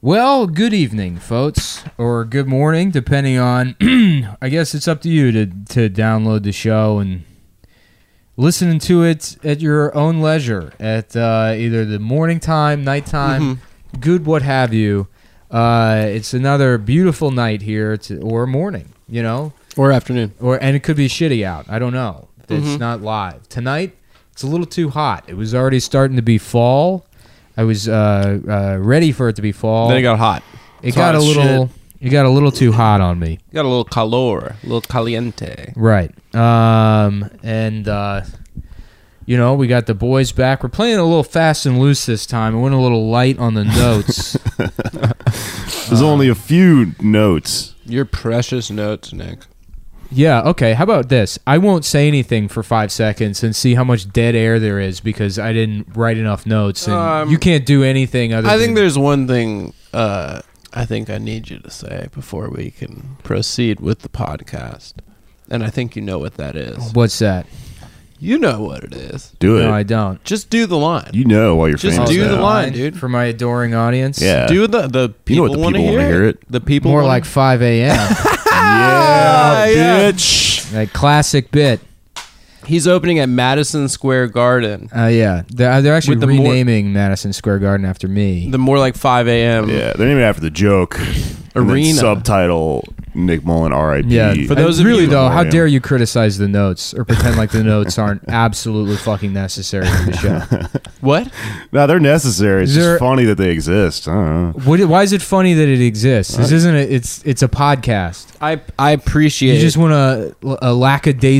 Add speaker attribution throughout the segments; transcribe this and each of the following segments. Speaker 1: Well, good evening, folks, or good morning, depending on. I guess it's up to you to to download the show and listen to it at your own leisure, at uh, either the morning time, nighttime,
Speaker 2: Mm-hmm.
Speaker 1: good what have you. Uh, it's another beautiful night here, to, or morning, you know,
Speaker 2: Or afternoon.
Speaker 1: or and it could be shitty out. I don't know. It's
Speaker 2: Mhm.
Speaker 1: not live tonight. It's a little too hot. It was already starting to be fall. I was uh, uh, ready for it to be fall.
Speaker 2: Then it got hot.
Speaker 1: It
Speaker 2: It's
Speaker 1: got
Speaker 2: hot
Speaker 1: a
Speaker 2: as
Speaker 1: little. It got a little too hot on me.
Speaker 2: Got a little calor, a little caliente.
Speaker 1: Right. Um. And uh, you know, we got the boys back. We're playing a little fast and loose this time. It went a little light on the notes.
Speaker 3: There's only a few notes.
Speaker 2: Your precious notes, Nick.
Speaker 1: yeah. Okay. How about this? I won't say anything for five seconds and see how much dead air there is because I didn't write enough notes, and
Speaker 2: Um,
Speaker 1: you can't do anything other.
Speaker 2: I think
Speaker 1: than,
Speaker 2: there's one thing uh, I think I need you to say before we can proceed with the podcast. And I think you know what that is.
Speaker 1: What's that?
Speaker 2: You know what it is.
Speaker 3: Do it.
Speaker 1: No, I don't.
Speaker 2: Just do the line.
Speaker 3: you know while your
Speaker 2: Just
Speaker 3: fans
Speaker 2: do
Speaker 3: know.
Speaker 2: the line, dude.
Speaker 1: for my adoring audience.
Speaker 3: Yeah.
Speaker 2: do the the people
Speaker 3: know what the
Speaker 2: want to
Speaker 3: people
Speaker 2: hear,
Speaker 3: wanna hear it.
Speaker 2: The people
Speaker 1: More
Speaker 2: wanna-
Speaker 1: like 5 a.m.
Speaker 2: "Ah,
Speaker 3: Yeah,
Speaker 2: yeah.
Speaker 3: bitch.
Speaker 1: like classic bit.
Speaker 2: he's opening at Madison Square Garden.
Speaker 1: Uh, yeah, they're, they're actually
Speaker 2: With the more-
Speaker 1: renaming Madison Square Garden after me.
Speaker 2: The more like 5 a.m.
Speaker 3: Yeah, they're naming it after the joke. And then
Speaker 2: Arena.
Speaker 3: subtitle Nick Mullen R.I.P.
Speaker 1: yeah,
Speaker 2: For those
Speaker 1: And
Speaker 2: of
Speaker 1: really
Speaker 2: you-
Speaker 1: though, how
Speaker 3: Yeah.
Speaker 1: dare you criticize the notes or pretend like the notes aren't absolutely fucking necessary for the show?
Speaker 2: What?
Speaker 3: no, they're necessary. It's
Speaker 1: Is there-
Speaker 3: just funny that they exist. I don't know.
Speaker 1: What, why is it funny that it exists?
Speaker 2: Uh,
Speaker 1: This isn't a, it's it's a podcast.
Speaker 2: I I appreciate
Speaker 1: You just want to a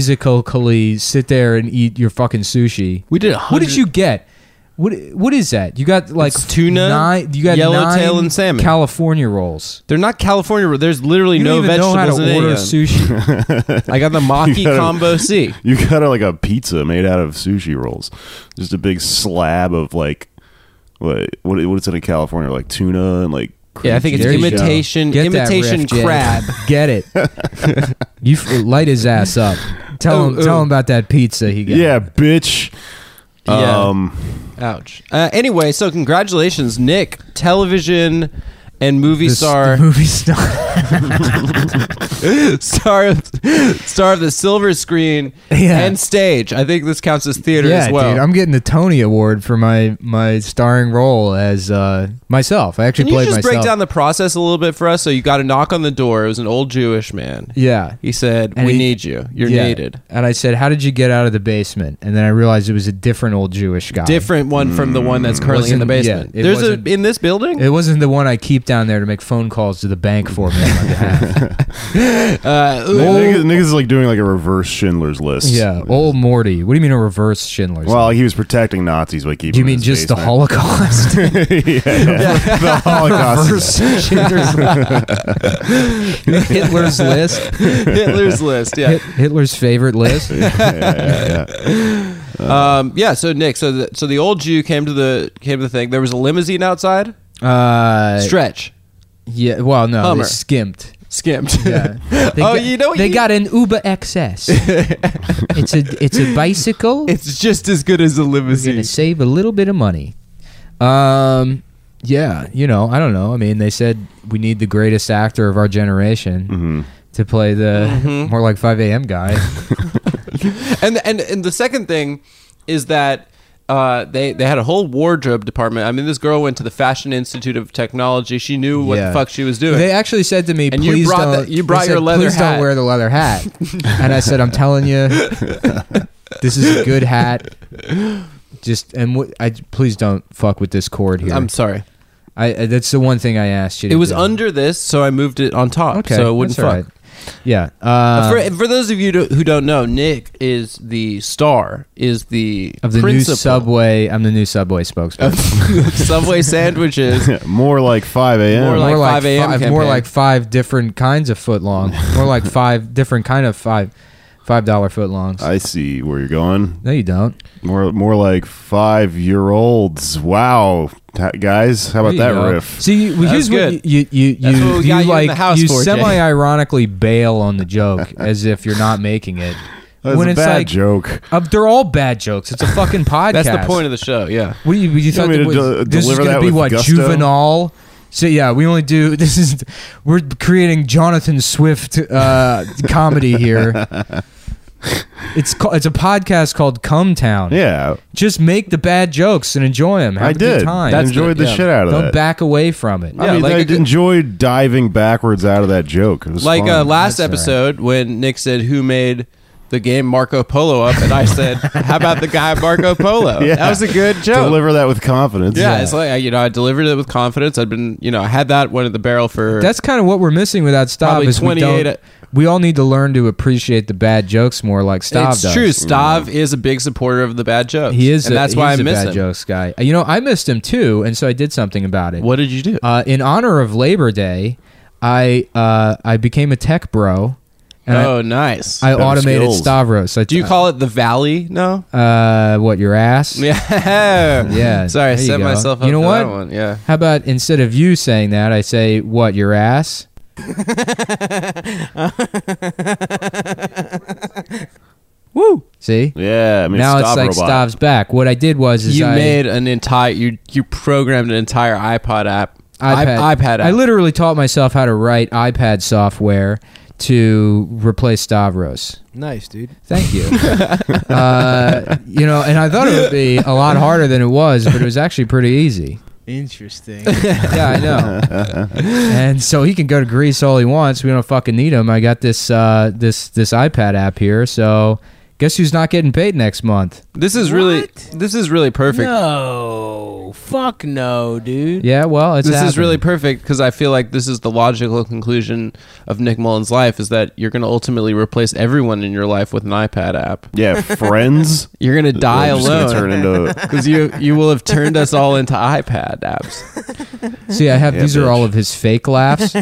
Speaker 1: lackadaisically sit there and eat your fucking sushi.
Speaker 2: We did.
Speaker 1: What did you get? What what is that? You got like
Speaker 2: It's tuna,
Speaker 1: nine, you got
Speaker 2: yellowtail,
Speaker 1: nine
Speaker 2: and salmon.
Speaker 1: California rolls.
Speaker 2: They're not California. There's literally
Speaker 1: You
Speaker 2: no
Speaker 1: don't even know
Speaker 2: vegetables
Speaker 1: how to
Speaker 2: in
Speaker 1: order
Speaker 2: order
Speaker 1: sushi.
Speaker 2: I got the maki
Speaker 3: You gotta-
Speaker 2: combo C.
Speaker 3: You got uh, like a pizza made out of sushi rolls. Just a big slab of like what what what's it in California like tuna and like
Speaker 2: Yeah, I think it's
Speaker 1: There you go.
Speaker 2: imitation
Speaker 1: Get that
Speaker 2: imitation
Speaker 1: riff, Jay.
Speaker 2: crab.
Speaker 1: Get it? you f- light his ass up. Tell him
Speaker 2: Oh,
Speaker 1: tell
Speaker 2: oh.
Speaker 1: him about that pizza he got.
Speaker 3: yeah, bitch.
Speaker 2: Yeah.
Speaker 3: Um
Speaker 2: Ouch. Uh, anyway, so congratulations, Nick, television and movie
Speaker 1: The s-
Speaker 2: star,
Speaker 1: the movie star.
Speaker 2: star, of, star of the silver screen
Speaker 1: Yeah.
Speaker 2: and stage. I think this counts as theater
Speaker 1: yeah,
Speaker 2: as well.
Speaker 1: dude. I'm getting the Tony Award for my my starring role as uh, myself. I actually
Speaker 2: Can you
Speaker 1: played
Speaker 2: just
Speaker 1: myself.
Speaker 2: break down the process a little bit for us? So you got a knock on the door. It was an old Jewish man.
Speaker 1: yeah.
Speaker 2: He said,
Speaker 1: And
Speaker 2: "We
Speaker 1: he-
Speaker 2: need you. You're
Speaker 1: Yeah.
Speaker 2: needed."
Speaker 1: And I said, "How did you get out of the basement?" And then I realized it was a different old Jewish guy.
Speaker 2: Different one from the one that's currently in the
Speaker 1: Mm, Wasn't- yeah,
Speaker 2: basement.
Speaker 1: it
Speaker 2: There's a
Speaker 1: wasn't-
Speaker 2: in this building.
Speaker 1: It wasn't the one I keep down there to make phone calls to the bank for me on my behalf.
Speaker 2: Uh,
Speaker 3: Nick-
Speaker 2: old-
Speaker 3: Nick, is- Nick is like doing like a reverse Schindler's List.
Speaker 1: yeah, old Morty. What do you mean a reverse Schindler's?
Speaker 3: Well, he was protecting Nazis by keeping.
Speaker 1: do you
Speaker 3: them in
Speaker 1: mean
Speaker 3: his
Speaker 1: just the
Speaker 3: basement.
Speaker 1: Holocaust?
Speaker 3: yeah, the Holocaust.
Speaker 1: Reverse Schindler's Hitler's list.
Speaker 2: Hitler's list. Yeah.
Speaker 1: Hit- Hitler's favorite list.
Speaker 2: Um, yeah. So Nick, so the, so the old Jew came to the came to the thing. There was a limousine outside.
Speaker 1: Uh,
Speaker 2: Stretch.
Speaker 1: yeah. Well, no,
Speaker 2: Hummer.
Speaker 1: they skimped.
Speaker 2: Skimped.
Speaker 1: Yeah. They
Speaker 2: oh,
Speaker 1: got-
Speaker 2: you know what
Speaker 1: they
Speaker 2: you-
Speaker 1: got an Uber XS. it's a it's a bicycle.
Speaker 2: It's just as good as a
Speaker 1: You're
Speaker 2: limousine.
Speaker 1: gonna save a little bit of money. Um, yeah, you know, I don't know. I mean, they said we need the greatest actor of our generation
Speaker 2: Mm-hmm.
Speaker 1: to play the more like 5 a.m. guy.
Speaker 2: and and and the second thing is that uh, they they had a whole wardrobe department. I mean, this girl went to the Fashion Institute of Technology. She knew what
Speaker 1: Yeah.
Speaker 2: the fuck she was doing.
Speaker 1: They actually said to me,
Speaker 2: And you
Speaker 1: "Please
Speaker 2: brought
Speaker 1: don't."
Speaker 2: that- you
Speaker 1: they
Speaker 2: brought
Speaker 1: said,
Speaker 2: your leather
Speaker 1: Please don't
Speaker 2: hat."
Speaker 1: wear the leather hat. and I said, "I'm telling you, this is a good hat. Just and what I please don't fuck with this cord here.
Speaker 2: I'm sorry.
Speaker 1: I, I- that's the one thing I asked you.
Speaker 2: It
Speaker 1: to
Speaker 2: was
Speaker 1: do.
Speaker 2: under this, so I moved it on top,
Speaker 1: Okay,
Speaker 2: so it wouldn't
Speaker 1: that's all
Speaker 2: fuck.
Speaker 1: right. Yeah. Uh,
Speaker 2: for, for those of you to, who don't know, Nick is the star, is the
Speaker 1: of the
Speaker 2: principal
Speaker 1: new subway, I'm the new subway spokesman.
Speaker 2: of Subway sandwiches.
Speaker 3: More like 5 a.m.
Speaker 2: More like- 5 a.m.
Speaker 1: five, more
Speaker 2: campaign.
Speaker 1: like five different kinds of foot long. more like five different kind of five five dollar foot longs.
Speaker 3: I see where you're going.
Speaker 1: no, you don't.
Speaker 3: More, more like five-year-olds. Wow, Ta- guys, how about
Speaker 1: There
Speaker 3: that
Speaker 1: you go.
Speaker 3: riff?
Speaker 1: See, well,
Speaker 2: That's
Speaker 1: here's
Speaker 2: good.
Speaker 1: what you you you,
Speaker 2: That's what
Speaker 1: you,
Speaker 2: we got you in
Speaker 1: like
Speaker 2: the house
Speaker 1: you
Speaker 2: for, Jay.
Speaker 1: semi-ironically bail on the joke as if you're not making it.
Speaker 3: That's
Speaker 1: when
Speaker 3: a
Speaker 1: it's
Speaker 3: bad
Speaker 1: like
Speaker 3: joke.
Speaker 1: uh, they're all bad jokes. It's a fucking podcast.
Speaker 2: That's the point of the show, yeah.
Speaker 1: What do you, you thought
Speaker 3: me
Speaker 1: that
Speaker 3: to
Speaker 1: was-
Speaker 3: de-
Speaker 1: this is
Speaker 3: deliver
Speaker 1: gonna
Speaker 3: that
Speaker 1: be
Speaker 3: with
Speaker 1: what
Speaker 3: gusto?
Speaker 1: juvenile? So yeah, we only do this is we're creating Jonathan Swift uh, comedy here. It's called it's a podcast called Come Town.
Speaker 3: Yeah,
Speaker 1: Just make the bad jokes and enjoy them. Have
Speaker 3: I
Speaker 1: a good
Speaker 3: did.
Speaker 1: time.
Speaker 3: I enjoyed
Speaker 2: the-
Speaker 3: the,
Speaker 2: yeah.
Speaker 3: shit out of
Speaker 1: Don't
Speaker 3: that.
Speaker 1: back away from it.
Speaker 3: I
Speaker 2: Yeah,
Speaker 3: mean,
Speaker 2: like
Speaker 3: I
Speaker 2: a good-
Speaker 3: enjoyed diving backwards out of that joke. It was
Speaker 2: like
Speaker 3: fun.
Speaker 2: uh, last
Speaker 1: That's all right.
Speaker 2: episode when Nick said who made the game Marco Polo up, and I said, "How about the guy Marco Polo?"
Speaker 3: Yeah.
Speaker 2: That was a good joke.
Speaker 3: Deliver that with confidence.
Speaker 2: yeah, it's like I- you know I delivered it with confidence. I'd been you know I had that one in the barrel for
Speaker 1: That's kind of what we're missing without Stav
Speaker 2: Probably uh,
Speaker 1: is we
Speaker 2: 28
Speaker 1: don't. We all need to learn to appreciate the bad jokes more, like Stav
Speaker 2: it's
Speaker 1: does.
Speaker 2: true. Stav Mm. is a big supporter of the bad jokes.
Speaker 1: He is.
Speaker 2: and
Speaker 1: a-
Speaker 2: that's
Speaker 1: he
Speaker 2: why I
Speaker 1: is a
Speaker 2: miss
Speaker 1: bad
Speaker 2: him.
Speaker 1: jokes guy. Uh, You know, I missed him too, and so I did something about it.
Speaker 2: What did you do?
Speaker 1: Uh, in honor of Labor Day, I uh, I became a tech bro, and I-
Speaker 2: oh, nice.
Speaker 1: I,
Speaker 3: Better
Speaker 1: automated
Speaker 3: skills.
Speaker 1: Stavros. I,
Speaker 2: do you call it the Valley? No.
Speaker 1: uh, what your ass?
Speaker 2: Yeah.
Speaker 1: Yeah,
Speaker 2: Sorry, I
Speaker 1: there you
Speaker 2: set
Speaker 1: go.
Speaker 2: myself up.
Speaker 1: You know
Speaker 2: for
Speaker 1: what?
Speaker 2: That one. Yeah.
Speaker 1: How about instead of you saying that, I say what your ass? Woo! See,
Speaker 3: yeah. I mean,
Speaker 1: now
Speaker 3: Stav
Speaker 1: it's like
Speaker 3: robot.
Speaker 1: Stav's back. What I did was is
Speaker 2: You
Speaker 1: I,
Speaker 2: made an entire you you programmed an entire iPod app. I-
Speaker 1: iPad.
Speaker 2: iPad app.
Speaker 1: I literally taught myself how to write iPad software to replace Stavros.
Speaker 4: Nice, dude.
Speaker 1: Thank you. uh, you know, and I thought it would be a lot harder than it was, but it was actually pretty easy.
Speaker 4: Interesting.
Speaker 1: Yeah, I know. and so he can go to Greece all he wants. We don't fucking need him. I got this uh, this this iPad app here. So guess who's not getting paid next month?
Speaker 2: This is really
Speaker 4: What?
Speaker 2: this is really perfect.
Speaker 4: No, fuck no, dude.
Speaker 1: Yeah, well, it's
Speaker 2: This is
Speaker 1: happening.
Speaker 2: really perfect because I feel like this is the logical conclusion of Nick Mullen's life is that you're going to ultimately replace everyone in your life with an iPad app.
Speaker 3: Yeah, friends.
Speaker 2: You're going to die
Speaker 3: We're just gonna
Speaker 2: alone
Speaker 3: Turn into
Speaker 2: because you you will have turned us all into iPad apps.
Speaker 1: See, I have
Speaker 3: Yeah,
Speaker 1: these are
Speaker 3: bitch.
Speaker 1: all of his fake laughs,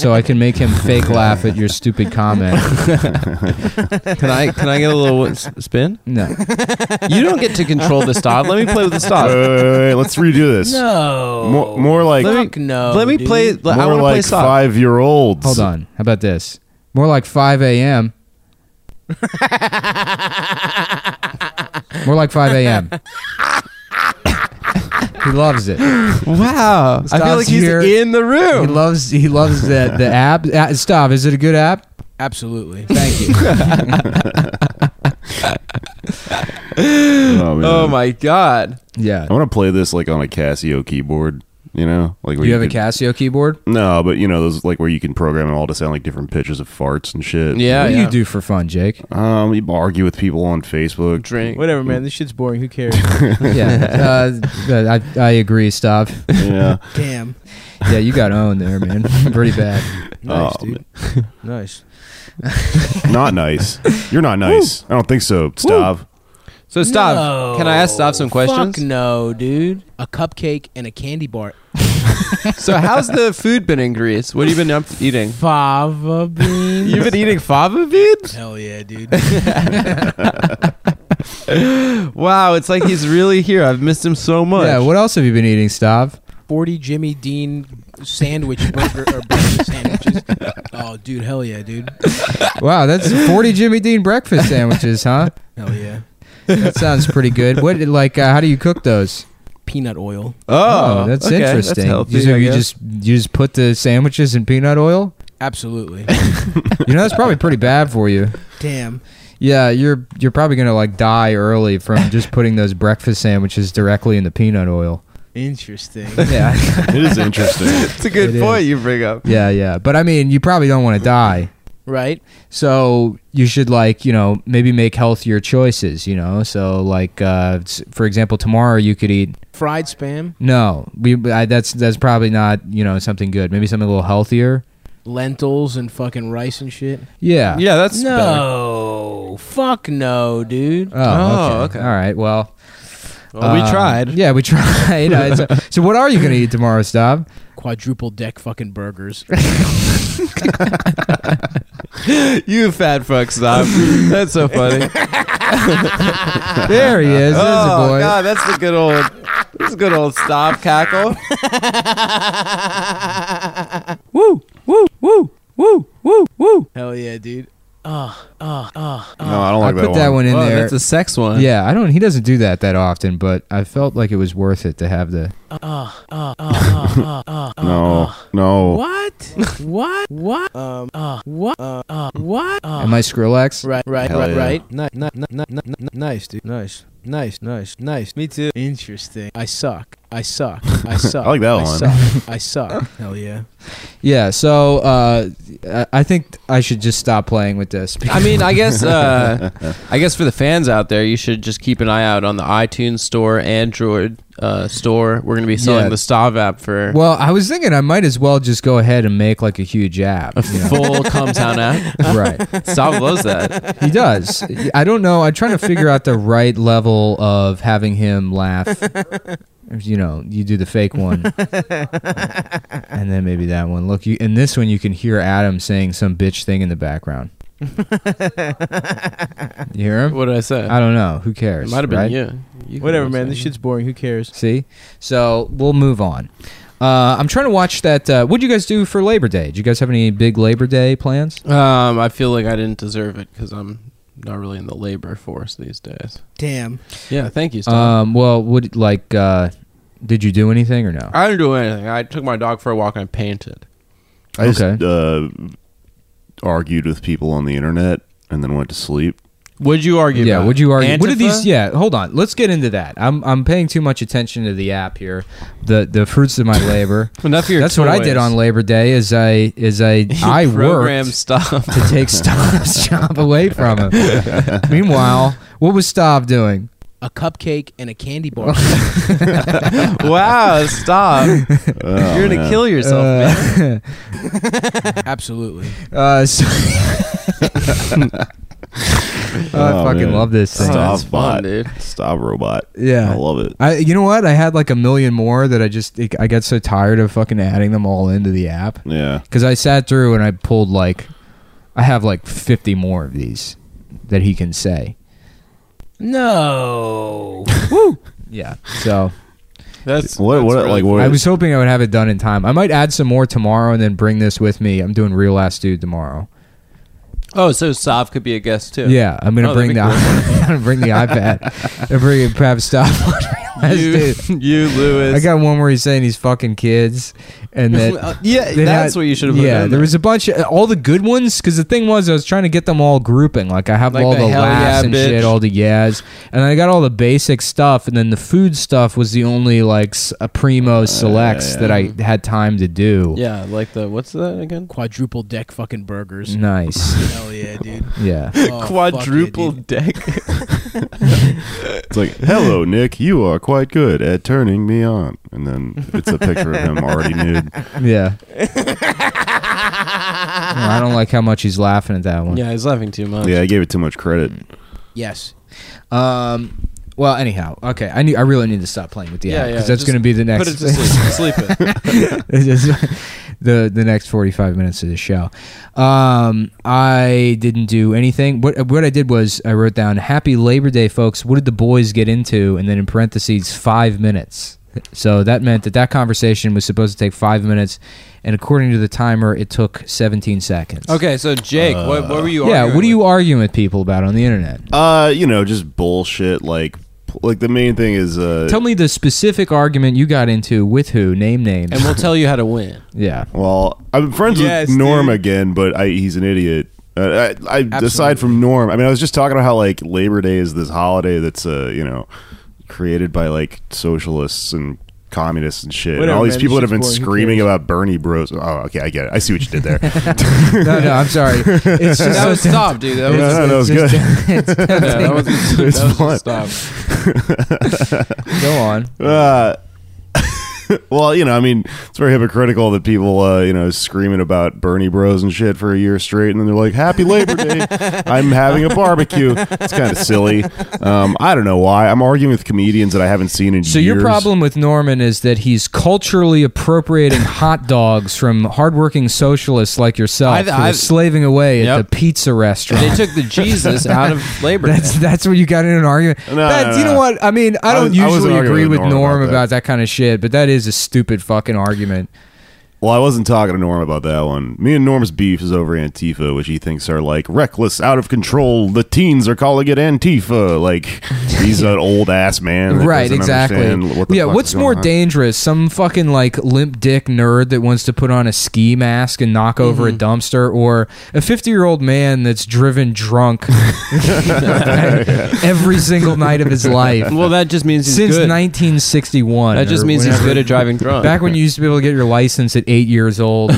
Speaker 1: so I can make him fake laugh at your stupid comment.
Speaker 2: Can I can I get a little s- spin?
Speaker 1: No.
Speaker 2: You don't get to control the stop. Let me play with the
Speaker 3: Wait,
Speaker 2: stop.
Speaker 3: wait, wait, wait, let's redo this.
Speaker 4: No.
Speaker 3: More, more like
Speaker 2: Let me-
Speaker 4: fuck no.
Speaker 2: Let me
Speaker 4: dude.
Speaker 2: play. I want
Speaker 3: more
Speaker 2: to play
Speaker 3: like
Speaker 2: stop.
Speaker 3: five year olds.
Speaker 1: Hold on. How about this? More like 5 a.m. More like 5 a.m. he loves it. He
Speaker 2: Wow, I feel
Speaker 1: Stav's
Speaker 2: like he's
Speaker 1: here.
Speaker 2: in the room.
Speaker 1: loves he loves the the app. Uh, stop. Is it a good app?
Speaker 4: Absolutely.
Speaker 1: Thank you.
Speaker 3: Oh, man.
Speaker 1: Mm.
Speaker 2: Oh my god.
Speaker 1: Yeah.
Speaker 3: I want to play this like on a Casio keyboard. You know, like where
Speaker 1: You have a
Speaker 3: could-
Speaker 1: Casio keyboard?
Speaker 3: No, but you know those like where you can program it all to sound like different pitches of farts and shit.
Speaker 2: Yeah,
Speaker 1: what do
Speaker 2: yeah.
Speaker 1: you do for fun, Jake?
Speaker 3: Um, you argue with people on Facebook.
Speaker 2: Drink.
Speaker 4: Whatever, man. This shit's boring. Who cares?
Speaker 1: yeah. Uh, I, I agree, Stav.
Speaker 3: Yeah.
Speaker 4: Damn.
Speaker 1: Yeah, you got owned there, man. Pretty bad.
Speaker 4: Nice,
Speaker 3: Oh,
Speaker 4: dude. nice.
Speaker 3: not nice. You're not nice. I don't think so. Stav.
Speaker 2: So stop. Can I ask stop some questions?
Speaker 4: Fuck no, dude. A cupcake and a candy bar.
Speaker 2: So how's the food been in Greece? What have you been up eating?
Speaker 4: Fava beans.
Speaker 2: You've been eating fava beans?
Speaker 4: Hell yeah, dude.
Speaker 2: Wow, it's like he's really here. I've missed him so much.
Speaker 1: Yeah, what else have you been eating, Stav?
Speaker 4: 40 Jimmy Dean sandwich burger or burger sandwiches. Oh, dude. Hell yeah, dude.
Speaker 1: Wow, that's 40 Jimmy Dean breakfast sandwiches, huh?
Speaker 4: Hell yeah.
Speaker 1: That sounds pretty good. What like uh, how do you cook those?
Speaker 4: Peanut oil.
Speaker 2: Oh,
Speaker 1: that's
Speaker 2: okay,
Speaker 1: interesting.
Speaker 2: That's healthy,
Speaker 1: you, so
Speaker 2: I
Speaker 1: you
Speaker 2: guess.
Speaker 1: just you just put the sandwiches in peanut oil.
Speaker 4: Absolutely.
Speaker 1: You know that's probably pretty bad for you.
Speaker 4: Damn.
Speaker 1: Yeah, you're you're probably gonna like die early from just putting those breakfast sandwiches directly in the peanut oil.
Speaker 4: Interesting.
Speaker 1: Yeah,
Speaker 3: It is interesting.
Speaker 2: It's a good
Speaker 1: It
Speaker 2: point
Speaker 1: is.
Speaker 2: you bring up.
Speaker 1: yeah, yeah. But I mean, you probably don't want to die,
Speaker 4: Right?
Speaker 1: so you should like you know maybe make healthier choices. You know, so like uh, s- for example, tomorrow you could eat
Speaker 4: Fried spam,
Speaker 1: no, we I, that's that's probably not you know something good. Maybe something a little healthier.
Speaker 4: lentils, and fucking rice and shit.
Speaker 1: Yeah.
Speaker 2: Yeah, that's better.
Speaker 4: No. Fuck no, dude.
Speaker 1: Oh,
Speaker 2: Oh,
Speaker 1: okay.
Speaker 2: okay.
Speaker 1: All right. Well,
Speaker 2: Well, we
Speaker 1: um,
Speaker 2: tried.
Speaker 1: Yeah, we tried. Uh, so, so what are you going to eat tomorrow, Stav?
Speaker 4: Quadruple deck fucking burgers.
Speaker 2: You fat fuck stop. that's so funny.
Speaker 1: There he is. There's a
Speaker 2: oh
Speaker 1: boy.
Speaker 2: god, that's the good old that's a good old stop cackle.
Speaker 4: woo, woo, woo, woo, woo, woo. Hell yeah, dude. Oh, oh, uh, uh, uh.
Speaker 3: no, I don't
Speaker 1: I
Speaker 3: like
Speaker 1: put
Speaker 3: that one.
Speaker 1: that one in
Speaker 2: Oh,
Speaker 1: there.
Speaker 2: that's a sex one.
Speaker 1: yeah, I don't. He doesn't do that that often, but I felt like it was worth it to have the.
Speaker 3: No, no.
Speaker 4: What? what? What? Um. Uh. What? Uh. Uh. What?
Speaker 2: Oh.
Speaker 4: Uh.
Speaker 1: Am I Skrillex?
Speaker 4: Right. Right.
Speaker 3: Hell
Speaker 4: right.
Speaker 3: yeah.
Speaker 4: Right. Nice. Nice. Nice, dude. Nice. Nice. Nice. Nice. Me too. Interesting. I suck. I suck. I suck.
Speaker 3: I like that
Speaker 4: I
Speaker 3: one.
Speaker 4: Suck. I suck. Hell yeah.
Speaker 1: Yeah. So uh, I- I think I should just stop playing with this.
Speaker 2: I mean, I guess uh, I guess for the fans out there, you should just keep an eye out on the iTunes store, Android uh, store. We're going to be selling
Speaker 1: Yeah.
Speaker 2: the Stav app for
Speaker 1: well, I was thinking I might as well just go ahead and make like a huge app.
Speaker 2: a
Speaker 1: you know?
Speaker 2: full Comtown app.
Speaker 1: right.
Speaker 2: Stav loves that.
Speaker 1: He does. I don't know. I'm trying to figure out the right level of having him laugh. You know, you do the fake one, and then maybe that one. Look, you in this one, you can hear Adam saying some bitch thing in the background. You hear him?
Speaker 2: What did I say?
Speaker 1: I don't know. Who cares?
Speaker 2: it might have been
Speaker 1: right?
Speaker 2: you. you.
Speaker 4: Whatever, man. This shit's boring. Who cares?
Speaker 1: See, so we'll move on. Uh, I'm trying to watch that. Uh, what would you guys do for Labor Day? Do you guys have any big Labor Day plans?
Speaker 2: Um, I feel like I didn't deserve it because I'm not really in the labor force these days.
Speaker 4: Damn.
Speaker 2: Yeah, thank you, Stav.
Speaker 1: Um, well, would like, uh, did you do anything or no?
Speaker 2: I didn't do anything. I took my dog for a walk and I painted.
Speaker 3: I just
Speaker 1: Okay.
Speaker 3: uh, argued with people on the internet and then went to sleep.
Speaker 2: Would you argue?
Speaker 1: Yeah,
Speaker 2: about?
Speaker 1: would you argue? What are
Speaker 2: Antifa?
Speaker 1: these? Yeah, hold on. Let's get into that. I'm I'm paying too much attention to the app here. The the fruits of my labor.
Speaker 2: Enough of your
Speaker 1: That's what I did
Speaker 2: toys.
Speaker 1: on Labor Day. Is I is I
Speaker 2: You
Speaker 1: I
Speaker 2: program
Speaker 1: worked
Speaker 2: stuff.
Speaker 1: to take Stav's job away from him. Meanwhile, what was Stav doing?
Speaker 4: A cupcake and a candy bar.
Speaker 2: wow, stop.
Speaker 3: Oh,
Speaker 2: You're gonna
Speaker 3: man.
Speaker 2: kill yourself, man.
Speaker 1: Uh,
Speaker 4: Absolutely.
Speaker 1: uh, so- I
Speaker 3: Oh,
Speaker 1: fucking
Speaker 3: man.
Speaker 1: love this thing.
Speaker 2: Oh, that's
Speaker 3: Stop
Speaker 2: fun,
Speaker 3: bot,
Speaker 2: dude.
Speaker 3: Stop robot.
Speaker 1: Yeah.
Speaker 3: I love it.
Speaker 1: I, you know what? I had like a million more that I just I got so tired of fucking adding them all into the app.
Speaker 3: Yeah,
Speaker 1: because I sat through and I pulled like, I have like fifty more of these that he can say.
Speaker 4: No.
Speaker 1: Yeah. So
Speaker 2: That's
Speaker 3: What-
Speaker 2: that's
Speaker 3: what- like, what-
Speaker 1: I was hoping I would have it done in time. I might add some more tomorrow and then bring this with me. I'm doing real ass dude tomorrow.
Speaker 2: Oh, so Sav could be a guest too.
Speaker 1: Yeah, I'm gonna
Speaker 2: Oh,
Speaker 1: bring
Speaker 2: that'd
Speaker 1: the I'm gonna bring the iPad and bring it Pav stuff. on Real
Speaker 2: you,
Speaker 1: Ass Dude.
Speaker 2: you, Lewis.
Speaker 1: I got one where he's saying he's fucking kids, and that.
Speaker 4: uh,
Speaker 2: yeah,
Speaker 1: They
Speaker 2: that's
Speaker 1: had-
Speaker 2: what you should have.
Speaker 1: Yeah, there was a bunch of all the good ones because the thing was I was trying to get them all grouping. Like I have
Speaker 2: Like
Speaker 1: all
Speaker 2: the
Speaker 1: the,
Speaker 2: hell
Speaker 1: laughs
Speaker 2: yeah,
Speaker 1: and
Speaker 2: bitch.
Speaker 1: shit, all the yes, and I got all the basic stuff, and then the food stuff was the only like s- a primo selects that I had time to do.
Speaker 2: Uh, Yeah, like the what's that again?
Speaker 4: Quadruple deck fucking burgers.
Speaker 1: Nice.
Speaker 4: Hell yeah, dude.
Speaker 1: yeah.
Speaker 4: Oh, fuck yeah,
Speaker 2: Mm-hmm. Quadruple
Speaker 4: dude.
Speaker 2: deck.
Speaker 3: it's like, hello, Nick. You are quite good at turning me on. And then it's a picture of him already nude.
Speaker 1: Yeah. No, I don't like how much he's laughing at that one.
Speaker 2: yeah, he's laughing too much.
Speaker 3: Yeah, I gave it too much credit.
Speaker 4: Yes.
Speaker 1: Um. Well, anyhow, okay. I need. I really need to stop playing with the
Speaker 2: Yeah,
Speaker 1: app
Speaker 2: yeah,
Speaker 1: because that's
Speaker 2: just
Speaker 1: going to be the next.
Speaker 2: Put it to sleep. sleep it.
Speaker 1: It's just the the next 45 minutes of the show. Um, I didn't do anything. What what I did was I wrote down Happy Labor Day, folks. What did the boys get into? And then in parentheses, five minutes. So that meant that that conversation was supposed to take five minutes, and according to the timer, it took 17 seconds.
Speaker 2: Okay, so Jake, what, what were you?
Speaker 1: Yeah.
Speaker 2: arguing
Speaker 1: What are you
Speaker 2: with?
Speaker 1: arguing with people about on the internet?
Speaker 3: Uh, you know, just bullshit. Like, like the main thing is, uh,
Speaker 1: Tell me the specific argument you got into with who. Name names.
Speaker 2: And we'll tell you how to win.
Speaker 1: yeah.
Speaker 3: Well, I'm friends
Speaker 2: Yes,
Speaker 3: with Norm
Speaker 2: dude.
Speaker 3: again, but I, he's an idiot. Uh, I, I aside from Norm, I mean, I was just talking about how like Labor Day is this holiday that's uh, you know created by like socialists and communists and shit. and
Speaker 4: Whatever,
Speaker 3: all these
Speaker 4: man,
Speaker 3: people that have
Speaker 4: this
Speaker 3: been
Speaker 4: shit's boring, who
Speaker 3: screaming
Speaker 4: cares?
Speaker 3: about Bernie Bros. Oh, okay, I get it. I see what you did there.
Speaker 1: No, no. I'm sorry. It's just
Speaker 2: That
Speaker 1: so
Speaker 2: was stop, dude. That
Speaker 1: tempting.
Speaker 3: No,
Speaker 2: was.
Speaker 3: no, no, it was
Speaker 1: It's
Speaker 3: good.
Speaker 1: just- it's
Speaker 2: Yeah, that was, that
Speaker 3: It's
Speaker 2: was
Speaker 3: fun.
Speaker 2: Stop.
Speaker 1: Go on.
Speaker 3: Uh, well, you know, I mean, it's very hypocritical that people, uh, you know, screaming about Bernie Bros and shit for a year straight, and then they're like, "Happy Labor Day! I'm having a barbecue." It's kind of silly. Um, I don't know why. I'm arguing with comedians that I haven't seen in
Speaker 1: So
Speaker 3: years.
Speaker 1: your problem with Norman is that he's culturally appropriating hot dogs from hardworking socialists like yourself
Speaker 2: I-
Speaker 1: who
Speaker 2: I-
Speaker 1: are slaving away at
Speaker 2: Yep.
Speaker 1: the pizza
Speaker 2: They
Speaker 1: restaurant.
Speaker 2: took the Jesus out of labor. Day.
Speaker 1: That's that's where you got in an argument.
Speaker 3: No,
Speaker 1: That's-
Speaker 3: no,
Speaker 1: you know
Speaker 3: no.
Speaker 1: what? I mean, I
Speaker 3: I
Speaker 1: don't
Speaker 3: was- I wasn't
Speaker 1: usually
Speaker 3: arguing
Speaker 1: agree
Speaker 3: with
Speaker 1: with Norm,
Speaker 3: Norm about
Speaker 1: about, that. kind of shit, but that is a stupid fucking argument.
Speaker 3: Well, I wasn't talking to Norm about that one. Me and Norm's beef is over Antifa, which he thinks are like reckless, out of control. The teens are calling it Antifa. Like he's an old ass man, that
Speaker 1: right,
Speaker 3: doesn't
Speaker 1: exactly.
Speaker 3: understand what the
Speaker 1: yeah,
Speaker 3: fuck's
Speaker 1: what's
Speaker 3: going
Speaker 1: more
Speaker 3: on.
Speaker 1: dangerous? Some fucking like limp dick nerd that wants to put on a ski mask and knock over
Speaker 2: Mm-hmm.
Speaker 1: a dumpster, or a fifty-year-old man that's driven drunk every single night of his life
Speaker 2: Well, that just means he's
Speaker 1: since
Speaker 2: good.
Speaker 1: 1961.
Speaker 2: that just
Speaker 1: or
Speaker 2: means he's
Speaker 1: whenever-
Speaker 2: good at driving drunk.
Speaker 1: Back when you used to be able to get your license at eight years old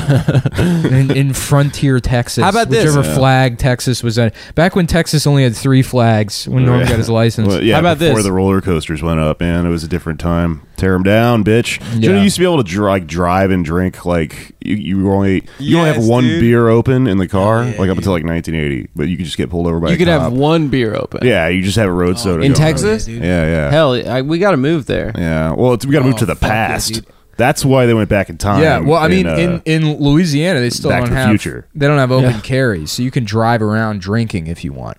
Speaker 1: in, in Frontier, Texas.
Speaker 2: How about this?
Speaker 1: Whichever
Speaker 3: Yeah.
Speaker 1: flag Texas was at. Back when Texas only had three flags when Norm
Speaker 3: Yeah.
Speaker 1: got his license.
Speaker 3: Well, yeah,
Speaker 2: How about
Speaker 3: before
Speaker 2: this?
Speaker 3: the roller coasters went up, man, it was a different time. Tear them down, bitch. You know,
Speaker 1: Yeah.
Speaker 3: you used to be able to dr- like drive and drink. Like you, you were only you only
Speaker 2: Yes,
Speaker 3: have one
Speaker 2: dude.
Speaker 3: beer open in the car, like up until like 1980, but you could just get pulled over by.
Speaker 2: you
Speaker 3: a
Speaker 2: could
Speaker 3: cop.
Speaker 2: have one beer open.
Speaker 3: Yeah, you just have a road
Speaker 4: Oh,
Speaker 3: soda
Speaker 2: In
Speaker 3: going.
Speaker 2: Texas?
Speaker 3: Yeah, yeah,
Speaker 2: Hell, I, we got to move there.
Speaker 3: yeah. Well, it's, we got to move
Speaker 4: Oh,
Speaker 3: to the
Speaker 4: fuck yeah,
Speaker 3: past.
Speaker 4: dude.
Speaker 3: That's why they went back in time.
Speaker 1: Yeah, well, I mean,
Speaker 3: uh,
Speaker 1: in, in Louisiana, they still
Speaker 3: Back
Speaker 1: don't
Speaker 3: to the
Speaker 1: have
Speaker 3: Future.
Speaker 1: they don't have open
Speaker 2: Yeah.
Speaker 1: carries, so you can drive around drinking if you want.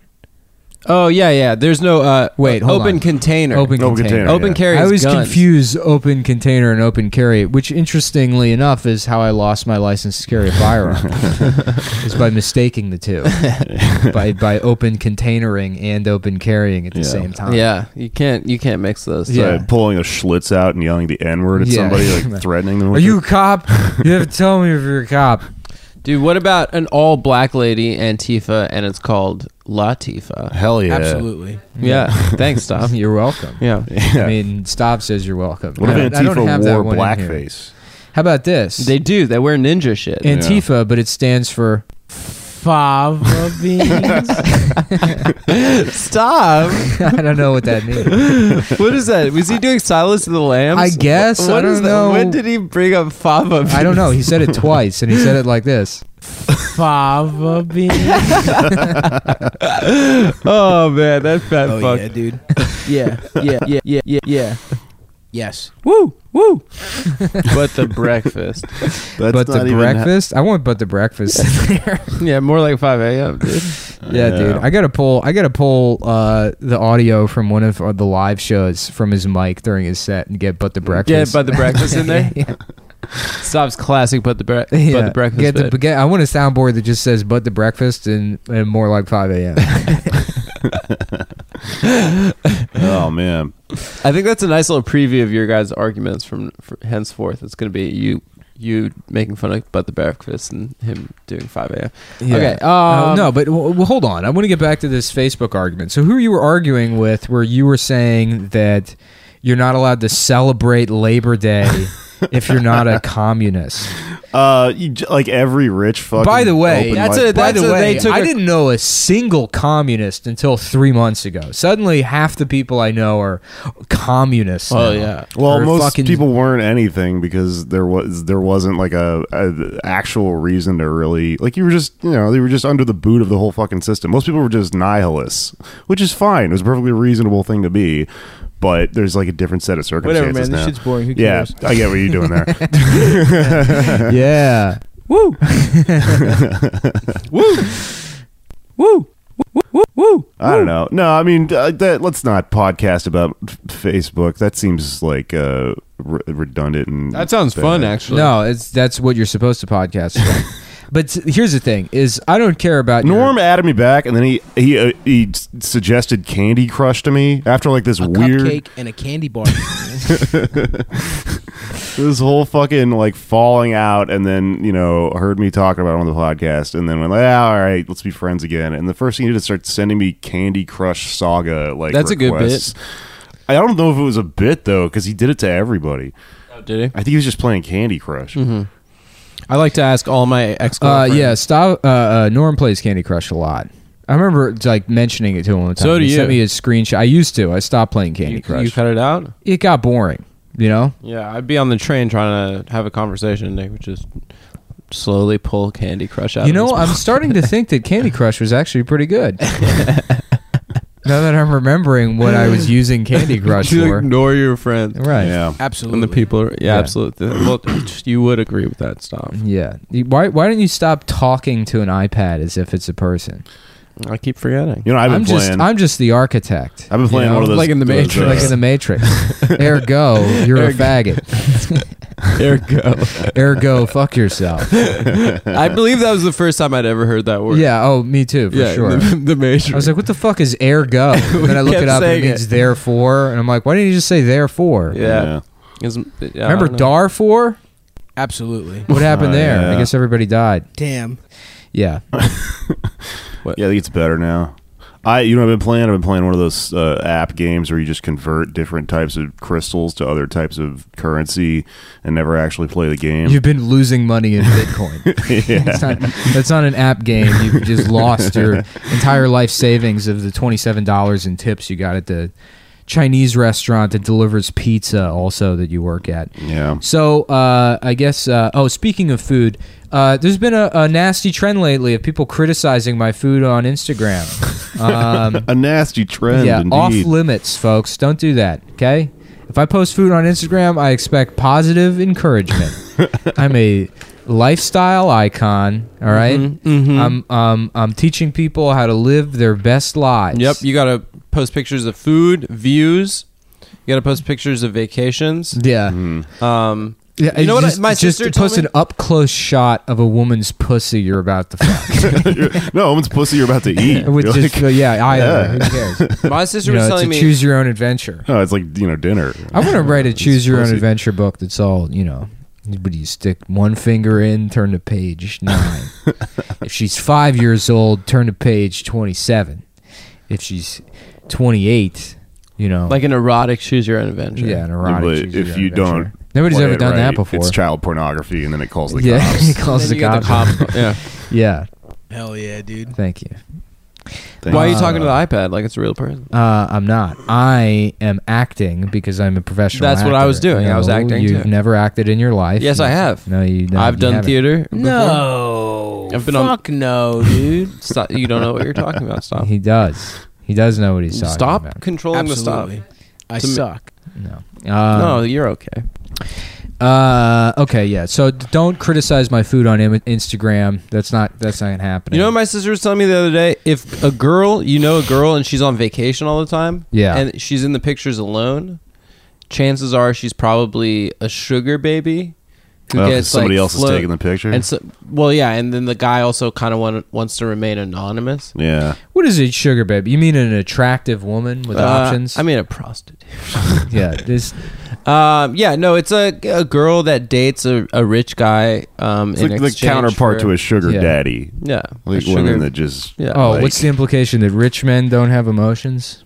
Speaker 2: Oh yeah, yeah. There's no uh,
Speaker 1: Wait, hold
Speaker 2: open
Speaker 1: on.
Speaker 2: container.
Speaker 1: Open,
Speaker 3: Open
Speaker 1: container.
Speaker 3: container.
Speaker 2: Open
Speaker 3: yeah.
Speaker 2: carry.
Speaker 1: I
Speaker 2: is
Speaker 1: always
Speaker 2: guns.
Speaker 1: confuse open container and open carry, which interestingly enough is how I lost my license to carry a firearm. is by mistaking the two. by by open containering and open carrying at the
Speaker 3: Yeah.
Speaker 1: same time.
Speaker 2: Yeah, you can't you can't mix those.
Speaker 1: Yeah.
Speaker 3: so pulling a Schlitz out and yelling the N word at
Speaker 1: Yeah.
Speaker 3: somebody, like threatening them.
Speaker 1: Are
Speaker 3: with
Speaker 1: you a
Speaker 3: it.
Speaker 1: cop? You have to tell me if you're a cop.
Speaker 2: Dude, what about an all black lady Antifa and it's called Latifa?
Speaker 3: Hell yeah!
Speaker 4: Absolutely.
Speaker 2: Yeah. Thanks, Tom.
Speaker 1: Um, You're welcome.
Speaker 2: Yeah.
Speaker 3: Yeah.
Speaker 1: I mean, Stav says you're welcome.
Speaker 3: what if
Speaker 1: I don't- I don't have that
Speaker 3: Antifa wore
Speaker 1: one in here.
Speaker 3: blackface?
Speaker 1: How about this?
Speaker 2: They do. They wear ninja shit.
Speaker 3: And-
Speaker 1: Antifa, but it stands for
Speaker 4: Fava beans.
Speaker 2: Stop.
Speaker 1: I don't know what that means.
Speaker 2: what is that? Was he doing Silas of the Lambs?
Speaker 1: I guess.
Speaker 2: What
Speaker 1: I
Speaker 2: is
Speaker 1: don't
Speaker 2: that?
Speaker 1: know.
Speaker 2: When did he bring up Fava?
Speaker 1: I don't know. He said it twice, and he said it like this.
Speaker 4: Fava beans.
Speaker 2: oh man, that fat
Speaker 4: Oh
Speaker 2: fuck.
Speaker 4: yeah, dude. Yeah, yeah, yeah, yeah, yeah, yeah. Yes.
Speaker 2: Woo, woo. but the breakfast.
Speaker 3: That's
Speaker 1: but the
Speaker 3: not even-
Speaker 1: breakfast, I want. But the breakfast.
Speaker 2: Yeah, more like 5 a.m. Dude.
Speaker 1: yeah, dude. I gotta pull. I gotta pull uh, the audio from one of uh, the live shows from his mic during his set and get but the breakfast.
Speaker 2: Get but the breakfast in there.
Speaker 1: Yeah,
Speaker 2: Stops classic, but the bre- but
Speaker 1: yeah.
Speaker 2: the breakfast.
Speaker 1: Get
Speaker 2: bit.
Speaker 1: the, get, I want a soundboard that just says "but the breakfast" and, and more like five a.m.
Speaker 3: Oh man,
Speaker 2: I think that's a nice little preview of your guys' arguments from, from henceforth. It's going to be you you making fun of but the breakfast and him doing 5 a.m. Okay. Um,
Speaker 1: Uh, no, but w- w- hold on. I want to get back to this Facebook argument. So, who you were arguing with, where you were saying that you're not allowed to celebrate Labor Day if you're not a communist?
Speaker 3: Uh, you, j- like every rich fucking.
Speaker 1: By the way,
Speaker 3: open
Speaker 2: that's
Speaker 3: mic-
Speaker 2: a- that-
Speaker 1: by the
Speaker 2: That's
Speaker 1: way,
Speaker 2: they took
Speaker 1: I
Speaker 2: a-
Speaker 1: didn't know a single communist until three months ago. Suddenly, half the people I know are communists.
Speaker 2: Oh,
Speaker 1: now.
Speaker 2: yeah.
Speaker 3: Well,
Speaker 1: Or
Speaker 3: most
Speaker 1: fucking-
Speaker 3: people weren't anything because there was there wasn't like a, a actual reason to really like you were just you know they were just under the boot of the whole fucking system. Most people were just nihilists, which is fine. It was a perfectly reasonable thing to be, but there's like a different set of circumstances
Speaker 4: Whatever, man. This
Speaker 3: now.
Speaker 4: shit's boring. Who
Speaker 3: yeah,
Speaker 4: cares?
Speaker 3: I get what you're doing there.
Speaker 1: yeah.
Speaker 4: Woo. Woo. Woo. Woo. Woo. Woo.
Speaker 3: I don't know. No, I mean, uh, that, let's not podcast about f- Facebook. That seems like uh, re- redundant. And
Speaker 2: that sounds fun,
Speaker 3: bad.
Speaker 2: actually.
Speaker 1: No, it's that's what you're supposed to podcast. About. but here's the thing: is I don't care about your-
Speaker 3: Norm added me back, and then he he uh, he s- suggested Candy Crush to me after like this
Speaker 4: A
Speaker 3: weird
Speaker 4: cupcake and a candy bar.
Speaker 3: this whole fucking like falling out, and then you know heard me talking about it on the podcast, and then went like, ah, all right, let's be friends again. And the first thing he did is start sending me Candy Crush Saga like
Speaker 2: That's a good bit.
Speaker 3: requests. I don't know if it was a bit though, because he did it to everybody.
Speaker 2: Oh, did
Speaker 3: I think he was just playing Candy Crush.
Speaker 2: Mm-hmm. he? I like to ask all my ex
Speaker 1: Uh,
Speaker 2: girlfriends.
Speaker 1: yeah, stop. Uh, uh, Norm plays Candy Crush a lot. I remember like mentioning it to him one time.
Speaker 2: So do
Speaker 1: he sent
Speaker 2: you.
Speaker 1: me a screenshot. I used to. I stopped playing Candy
Speaker 2: You,
Speaker 1: Crush.
Speaker 2: you cut it out?
Speaker 1: it got boring, you know.
Speaker 2: Yeah, I'd be on the train trying to have a conversation, and they would just slowly pull Candy Crush out.
Speaker 1: you
Speaker 2: of
Speaker 1: know,
Speaker 2: his
Speaker 1: I'm starting to think that Candy Crush was actually pretty good. now that I'm remembering what I was using Candy Crush
Speaker 2: You
Speaker 1: for,
Speaker 2: ignore your friends.
Speaker 1: right?
Speaker 3: Yeah.
Speaker 2: And
Speaker 4: Absolutely.
Speaker 2: the people are, yeah,
Speaker 1: Yeah.
Speaker 2: absolutely. Well, you would agree with that stuff.
Speaker 1: Yeah. You- Why why don't you stop talking to an iPad as if it's a person?
Speaker 2: I keep forgetting.
Speaker 3: You know, I've been
Speaker 1: I'm
Speaker 3: playing.
Speaker 1: just I'm just the architect.
Speaker 3: I've been playing
Speaker 2: you know,
Speaker 3: one of those uh,
Speaker 2: like in the
Speaker 3: those,
Speaker 2: Matrix.
Speaker 1: like in the Matrix. Ergo, you're a faggot.
Speaker 2: Ergo.
Speaker 1: Ergo, fuck yourself.
Speaker 2: I believe that was the first time I'd ever heard that word.
Speaker 1: Yeah. Oh, me too. For
Speaker 2: yeah,
Speaker 1: sure.
Speaker 2: The, the major.
Speaker 1: I was like, what the fuck is ergo? And then I look
Speaker 2: kept
Speaker 1: it up and
Speaker 2: saying
Speaker 1: it means
Speaker 2: it.
Speaker 1: therefore. And I'm like, why didn't you just say therefore?
Speaker 3: uh,
Speaker 2: yeah. It's- yeah, I
Speaker 1: Remember
Speaker 2: don't know.
Speaker 1: Darfur?
Speaker 4: Absolutely.
Speaker 1: What happened
Speaker 3: Oh,
Speaker 1: there? I
Speaker 3: yeah.
Speaker 1: guess everybody died.
Speaker 4: Damn.
Speaker 1: Yeah.
Speaker 3: Yeah, I think it's better now. I you know what I've been playing. I've been playing one of those uh, app games where you just convert different types of crystals to other types of currency and never actually play the game.
Speaker 1: You've been losing money in Bitcoin.
Speaker 3: yeah.
Speaker 1: It's not- that's not an app game. You've just lost your entire life savings of the $27 in tips you got at the Chinese restaurant that delivers pizza, also that you work at.
Speaker 3: yeah.
Speaker 1: So uh, I guess. Uh, oh, speaking of food, uh, there's been a, a nasty trend lately of people criticizing my food on Instagram. Um,
Speaker 3: A nasty trend
Speaker 1: yeah, off
Speaker 3: indeed.
Speaker 1: limits, folks. Don't do that. Okay. If I post food on Instagram, I expect positive encouragement. I'm a lifestyle icon.
Speaker 2: Mm-hmm,
Speaker 1: All right? I'm um, I'm teaching people how to live their best lives.
Speaker 2: Yep. You gotta post pictures of food, views. You gotta post pictures of vacations.
Speaker 1: Yeah.
Speaker 3: Hmm.
Speaker 2: Um,
Speaker 1: Yeah,
Speaker 2: You know what I-
Speaker 1: just-
Speaker 2: my
Speaker 1: just
Speaker 2: sister told
Speaker 1: post
Speaker 2: me?
Speaker 1: an up close shot of a woman's pussy you're about to fuck.
Speaker 3: no, woman's pussy you're about to eat.
Speaker 1: Which
Speaker 3: You're
Speaker 1: is
Speaker 3: like-
Speaker 1: uh, yeah, either. Who cares?
Speaker 2: my sister
Speaker 1: You know, it's
Speaker 2: was
Speaker 1: a
Speaker 2: telling me.
Speaker 1: choose your own adventure.
Speaker 3: no, it's like you know dinner.
Speaker 1: I want to write a choose your own
Speaker 3: pussy.
Speaker 1: adventure book that's all you know. But you stick one finger in, turn to page nine. if she's five years old, turn to page twenty-seven. If she's twenty-eight, you know,
Speaker 2: like an erotic choose your own adventure.
Speaker 1: yeah, an
Speaker 3: Yeah,
Speaker 1: erotic.
Speaker 3: but
Speaker 1: choose your
Speaker 3: if
Speaker 1: own
Speaker 3: you
Speaker 1: adventure.
Speaker 3: don't,
Speaker 1: nobody's
Speaker 3: play
Speaker 1: ever
Speaker 3: it
Speaker 1: done that
Speaker 3: right,
Speaker 1: before.
Speaker 3: It's child pornography, and then it calls the
Speaker 1: yeah, he
Speaker 3: cops.
Speaker 1: calls
Speaker 2: Then
Speaker 1: the
Speaker 2: you get
Speaker 1: cops.
Speaker 2: the cop- yeah.
Speaker 1: Yeah,
Speaker 4: Hell yeah, dude.
Speaker 1: thank you.
Speaker 3: Thank
Speaker 2: Why are you
Speaker 3: God.
Speaker 2: talking to the iPad like it's a real person?
Speaker 1: Uh, I'm not. I am acting because I'm a professional.
Speaker 2: That's what I was
Speaker 1: actor.
Speaker 2: doing. I was acting,
Speaker 1: You've
Speaker 2: too.
Speaker 1: never acted in your life.
Speaker 2: Yes, I have.
Speaker 1: No, you. No,
Speaker 2: I've
Speaker 1: you
Speaker 2: done
Speaker 1: haven't.
Speaker 2: theater. Before.
Speaker 4: No.
Speaker 2: I've been on-
Speaker 4: Fuck no, dude.
Speaker 2: Stop. You don't know what you're talking about. Stop.
Speaker 1: He does. He does know what he's talking
Speaker 2: Stop
Speaker 1: about.
Speaker 2: controlling
Speaker 4: Absolutely.
Speaker 2: the
Speaker 4: I
Speaker 2: To me-
Speaker 4: suck.
Speaker 1: No.
Speaker 2: stop. no,
Speaker 1: Um,
Speaker 2: you're okay.
Speaker 1: Uh, okay. Yeah. So d- don't criticize my food on Im- Instagram. That's not. That's not happening.
Speaker 2: You know what my sister was telling me the other day? If a girl, you know a girl and she's on vacation all the time,
Speaker 1: Yeah.
Speaker 2: and she's in the pictures alone, chances are she's probably a sugar baby who
Speaker 3: Oh, 'cause
Speaker 2: gets
Speaker 3: somebody
Speaker 2: like,
Speaker 3: else
Speaker 2: float-
Speaker 3: is taking the picture.
Speaker 2: And so, well, yeah, and then the guy also kind of want, wants to remain anonymous.
Speaker 3: yeah,
Speaker 1: what is a sugar baby? You mean an attractive woman with
Speaker 2: Uh,
Speaker 1: options?
Speaker 2: I mean, a prostitute.
Speaker 1: yeah. This.
Speaker 2: Um, yeah, no, it's a, a girl that dates a, a rich guy. Um,
Speaker 3: it's
Speaker 2: in
Speaker 3: like the
Speaker 2: exchange
Speaker 3: counterpart
Speaker 2: for-
Speaker 3: to a sugar
Speaker 1: Yeah.
Speaker 3: daddy.
Speaker 2: yeah, a
Speaker 3: Like
Speaker 2: sugar-
Speaker 3: women that just
Speaker 2: yeah.
Speaker 1: Oh,
Speaker 3: like-
Speaker 1: what's the implication that rich men don't have emotions?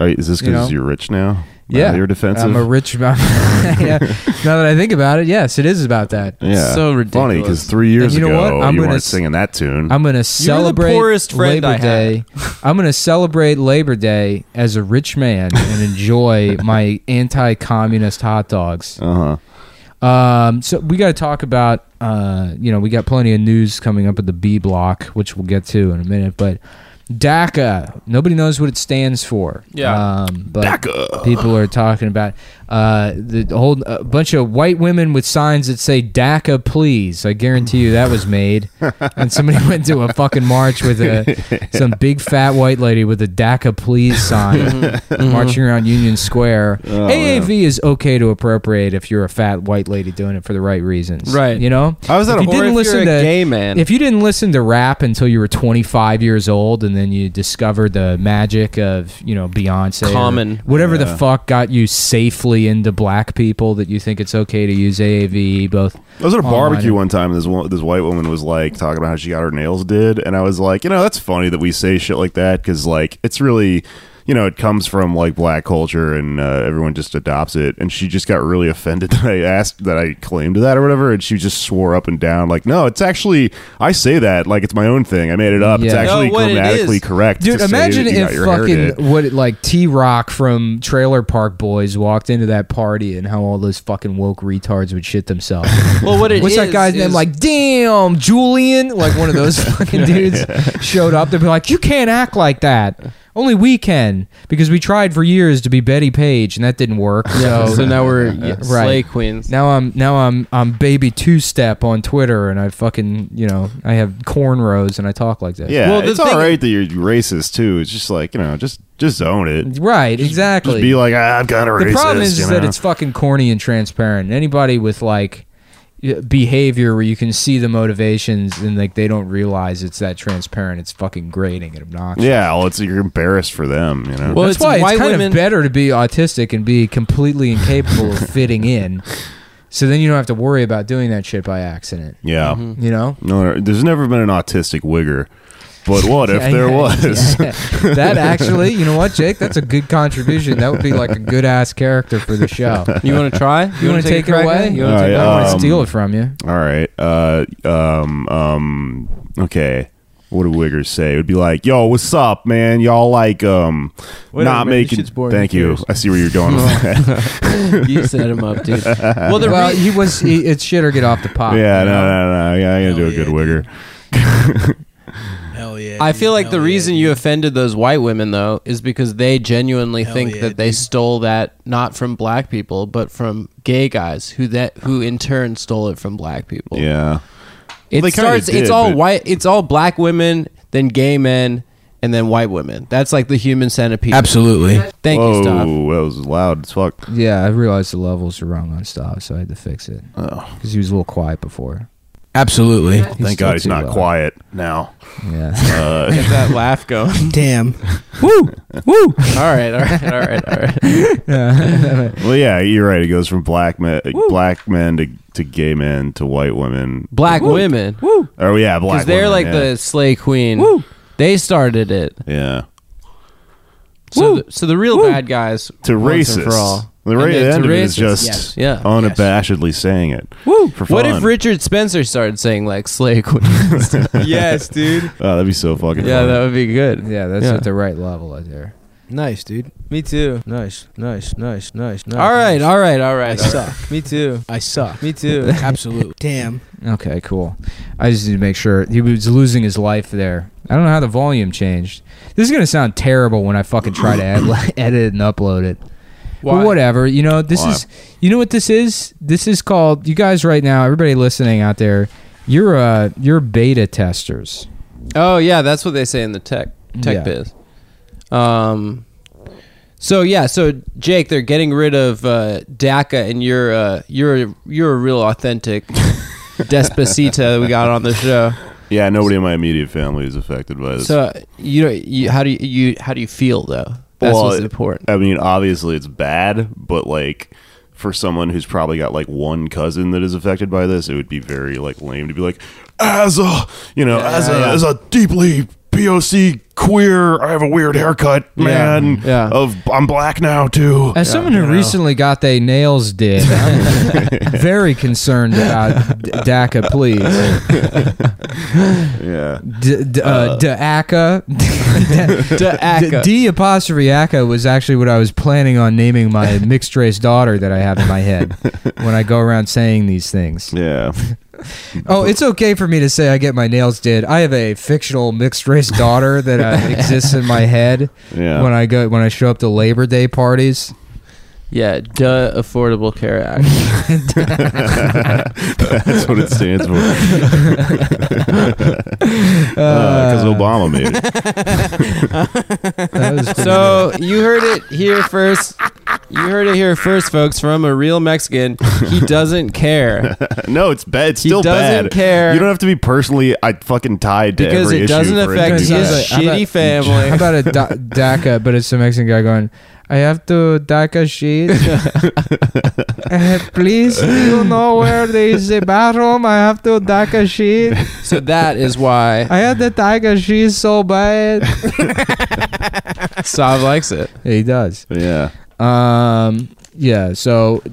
Speaker 3: Are, is this
Speaker 1: You
Speaker 3: because
Speaker 1: know?
Speaker 3: you are rich now? Now
Speaker 1: Yeah.
Speaker 3: you're defensive.
Speaker 1: I'm a rich. man. yeah. Now that I think about it, yes, it is about that.
Speaker 3: yeah,
Speaker 2: so
Speaker 3: funny
Speaker 2: ridiculous.
Speaker 3: because three years
Speaker 1: you know
Speaker 3: ago
Speaker 1: what? I'm
Speaker 3: you
Speaker 1: gonna
Speaker 3: weren't
Speaker 1: s-
Speaker 3: singing that tune.
Speaker 1: I'm gonna celebrate
Speaker 2: poorest friend
Speaker 1: Labor
Speaker 2: I had.
Speaker 1: Day. I'm gonna celebrate Labor Day as a rich man and enjoy my anti-communist hot dogs.
Speaker 3: uh huh.
Speaker 1: Um, so we got to talk about, uh, you know, we got plenty of news coming up at the B block, which we'll get to in a minute. But DACA, nobody knows what it stands for.
Speaker 2: Yeah.
Speaker 1: um, but people are talking about uh, the whole a bunch of white women with signs that say DACA, please. I guarantee you that was made, and somebody went to a fucking march with a some big fat white lady with a DACA, please sign
Speaker 2: Mm-hmm.
Speaker 1: marching around Union Square.
Speaker 3: Oh,
Speaker 1: AAV is okay to appropriate if you're a fat white lady doing it for the right reasons.
Speaker 2: Right.
Speaker 1: You know?
Speaker 3: I was at
Speaker 1: If
Speaker 3: a
Speaker 1: you
Speaker 2: Or
Speaker 1: didn't
Speaker 2: if
Speaker 1: listen
Speaker 2: you're a
Speaker 1: to-
Speaker 2: gay man.
Speaker 1: If you didn't listen to rap until you were 25 years old and then you discovered the magic of, you know, Beyonce. or
Speaker 2: Common.
Speaker 1: Whatever the
Speaker 3: Yeah.
Speaker 1: fuck got you safely into black people that you think it's okay to use AAV both.
Speaker 3: I was at a
Speaker 1: online
Speaker 3: barbecue
Speaker 1: and-
Speaker 3: one time. And this wo- this white woman was like talking about how she got her nails did, and I was like, you know, that's funny that we say shit like that because like it's really, you know, it comes from like black culture and uh, everyone just adopts it. And she just got really offended that I asked that I claimed that or whatever, and she just swore up and down like, no, it's actually I say that like it's my own thing. I made it up. It's
Speaker 1: Yeah.
Speaker 3: actually
Speaker 2: No, what it
Speaker 3: grammatically
Speaker 2: is-
Speaker 3: correct.
Speaker 1: Dude,
Speaker 3: to say
Speaker 1: imagine
Speaker 3: that you got
Speaker 1: if
Speaker 3: your hair did.
Speaker 1: fucking what like T Rock from Trailer Park Boys walked into that party and how all those fucking woke retards would shit themselves.
Speaker 2: well, what it
Speaker 1: What's that
Speaker 2: is,
Speaker 1: guy's name?
Speaker 2: is-
Speaker 1: Like, damn, Julian. Like one of those fucking dudes showed up. They'd be like, you can't act like that. Only we can because we tried for years to be Betty Page and that didn't work. So,
Speaker 2: so now we're yeah,
Speaker 1: Right.
Speaker 2: slay queens.
Speaker 1: now I'm now I'm I'm baby two step on Twitter and I fucking you know I have cornrows and I talk like that.
Speaker 3: Yeah,
Speaker 2: Well, the
Speaker 3: it's
Speaker 2: thing-
Speaker 3: all right that you're racist too. It's just like you know, just just own it.
Speaker 1: Right. Exactly.
Speaker 3: Just be like, ah, I'm kind of racist.
Speaker 1: the problem is
Speaker 3: you
Speaker 1: that
Speaker 3: know?
Speaker 1: it's fucking corny and transparent. Anybody with like y- behavior where you can see the motivations and like they don't realize it's that transparent, it's fucking grating and obnoxious.
Speaker 3: yeah. Well, it's you're embarrassed for them. You know.
Speaker 2: Well,
Speaker 1: That's
Speaker 2: it's
Speaker 1: why
Speaker 2: white
Speaker 1: it's kind
Speaker 2: women-
Speaker 1: of better to be autistic and be completely incapable of fitting in. So then you don't have to worry about doing that shit by accident.
Speaker 3: yeah.
Speaker 1: You know?
Speaker 3: No, there's never been an autistic wigger, but what if
Speaker 1: Yeah,
Speaker 3: there
Speaker 1: yeah,
Speaker 3: was?
Speaker 1: yeah. That actually, you know what, Jake? That's a good contribution. That would be like a good ass character for the show.
Speaker 2: You want to try?
Speaker 1: You
Speaker 2: wanna
Speaker 1: want to take,
Speaker 2: a
Speaker 1: it
Speaker 2: crack at
Speaker 1: away?
Speaker 2: You
Speaker 1: You
Speaker 2: wanna
Speaker 3: All
Speaker 1: want
Speaker 3: right,
Speaker 1: to
Speaker 2: take-
Speaker 1: I don't want
Speaker 3: um,
Speaker 1: to steal it from you.
Speaker 3: All right. Uh, um, um, okay. What do wiggers say? It would be like, "Yo, what's up, man? Y'all like um,
Speaker 4: Whatever,
Speaker 3: not
Speaker 4: man, this
Speaker 3: making."
Speaker 4: shit's boring.
Speaker 3: Thank
Speaker 4: Who
Speaker 3: you.
Speaker 4: cares?
Speaker 3: I see where you're going with that.
Speaker 2: you set him up, dude. Well, the
Speaker 1: well,
Speaker 2: re-
Speaker 1: he was. He, it's shit or get off the pot.
Speaker 3: yeah, no, no, no. Yeah, I gotta do a
Speaker 4: Hell
Speaker 3: good
Speaker 4: yeah,
Speaker 3: wigger.
Speaker 4: Hell yeah.
Speaker 2: I
Speaker 4: dude.
Speaker 2: feel like the
Speaker 4: Hell yeah,
Speaker 2: reason
Speaker 4: dude.
Speaker 2: you offended those white women though is because they genuinely think
Speaker 4: yeah,
Speaker 2: that they
Speaker 4: dude.
Speaker 2: stole that not from black people but from gay guys who that who in turn stole it from black people.
Speaker 3: Yeah.
Speaker 2: It
Speaker 3: They kinda
Speaker 2: starts it's
Speaker 3: did,
Speaker 2: all
Speaker 3: but-
Speaker 2: white it's all black women, then gay men, and then white women. That's like the human centipede.
Speaker 4: Absolutely.
Speaker 2: Thank
Speaker 3: Whoa,
Speaker 2: you, Stav.
Speaker 3: that was loud as fuck.
Speaker 1: Yeah, I realized the levels were wrong on stop, so I had to fix it
Speaker 3: Oh,
Speaker 1: because he was a little quiet before.
Speaker 4: Absolutely.
Speaker 3: thank
Speaker 1: still
Speaker 3: God he's
Speaker 1: too
Speaker 3: not
Speaker 1: loud.
Speaker 3: quiet now.
Speaker 1: Yeah.
Speaker 3: Uh,
Speaker 2: Get that laugh going.
Speaker 4: Damn.
Speaker 1: Woo! Woo!
Speaker 2: all right, all right, all right, all right.
Speaker 3: well, yeah, you're right. It goes from black men, black men to, to gay men to white women.
Speaker 2: Black women.
Speaker 1: Woo!
Speaker 3: Oh yeah, black.
Speaker 2: Because they're
Speaker 3: women,
Speaker 2: like
Speaker 3: yeah.
Speaker 2: the slay queen.
Speaker 1: Woo!
Speaker 2: They started it.
Speaker 3: yeah
Speaker 2: So,
Speaker 1: Woo.
Speaker 2: the, so the real
Speaker 1: Woo.
Speaker 2: bad guys
Speaker 3: to
Speaker 2: once and
Speaker 3: racists.
Speaker 2: for all.
Speaker 3: The ra-
Speaker 2: And then
Speaker 3: the
Speaker 2: to
Speaker 3: end of it is
Speaker 2: racists.
Speaker 3: just
Speaker 4: Yes.
Speaker 2: Yeah.
Speaker 3: unabashedly saying it.
Speaker 1: Woo!
Speaker 3: For fun.
Speaker 2: What if Richard Spencer started saying like slay queens?
Speaker 4: yes, dude.
Speaker 3: Oh, that'd be so fucking.
Speaker 2: yeah,
Speaker 3: funny.
Speaker 2: that would be good.
Speaker 1: Yeah, that's
Speaker 2: Yeah.
Speaker 1: at the right level right there.
Speaker 4: Nice, dude. Me too. Nice, nice, nice, nice, nice.
Speaker 2: All right, all right, all
Speaker 4: I
Speaker 2: right. all right.
Speaker 4: suck. Me too. I suck. Me too. Absolutely. Damn.
Speaker 1: Okay, cool. I just need to make sure he was losing his life there. I don't know how the volume changed. This is gonna sound terrible when I fucking try to ed- edit and upload it. But whatever. You know, this
Speaker 3: Why?
Speaker 1: is you know what this is? This is called you guys right now, everybody listening out there, you're uh you're beta testers.
Speaker 2: Oh yeah, that's what they say in the tech tech
Speaker 1: Yeah.
Speaker 2: biz. Um, so yeah, so Jake, they're getting rid of uh, DACA, and you're uh, you're a- you're a real authentic Despacita that we got on the show.
Speaker 3: Yeah, nobody in my immediate family is affected by this.
Speaker 2: So you know, you, how do you, you how do you feel though? That's
Speaker 3: Well,
Speaker 2: what's
Speaker 3: it-
Speaker 2: important.
Speaker 3: I mean, obviously it's bad, but like for someone who's probably got like one cousin that is affected by this, it would be very like lame to be like, as a you know, as a as a deeply POC queer, I have a weird haircut, man.
Speaker 2: yeah.
Speaker 3: Of I'm black now too.
Speaker 1: As someone who recently got they nails did, I'm very concerned about d- DACA, please.
Speaker 3: yeah.
Speaker 1: D- d- uh, DACA.
Speaker 2: DACA.
Speaker 1: D- D apostrophe ACA was actually what I was planning on naming my mixed race daughter that I have in my head when I go around saying these things.
Speaker 3: Yeah.
Speaker 1: Oh, it's okay for me to say I get my nails did. I have a fictional mixed race daughter that uh, exists in my head
Speaker 3: Yeah.
Speaker 1: when I go when I show up to Labor Day parties.
Speaker 2: Yeah, duh, Affordable Care Act.
Speaker 3: That's what it stands for.
Speaker 2: Uh,
Speaker 3: Because Uh, Obama made it.
Speaker 1: That was pretty
Speaker 2: So you heard it here first. You heard it here first, folks, from a real Mexican. He doesn't care
Speaker 3: No, it's bad. It's
Speaker 2: He
Speaker 3: still
Speaker 2: doesn't
Speaker 3: bad.
Speaker 2: care.
Speaker 3: You don't have to be personally I fucking tied to
Speaker 2: because
Speaker 3: every
Speaker 2: it
Speaker 3: issue
Speaker 2: doesn't
Speaker 3: for
Speaker 2: affect
Speaker 3: to
Speaker 2: his
Speaker 3: be
Speaker 1: Because
Speaker 3: bad.
Speaker 1: I- I'm
Speaker 2: shitty
Speaker 1: not-
Speaker 2: family.
Speaker 1: How about a da- DACA, but it's a Mexican guy going, I have to DACA shit. Uh, please, do you know where there is a bathroom? I have to DACA shit.
Speaker 2: So that is why
Speaker 1: I had the DACA shit so bad.
Speaker 2: Sav likes it.
Speaker 1: he does.
Speaker 3: Yeah.
Speaker 1: Um, yeah, so.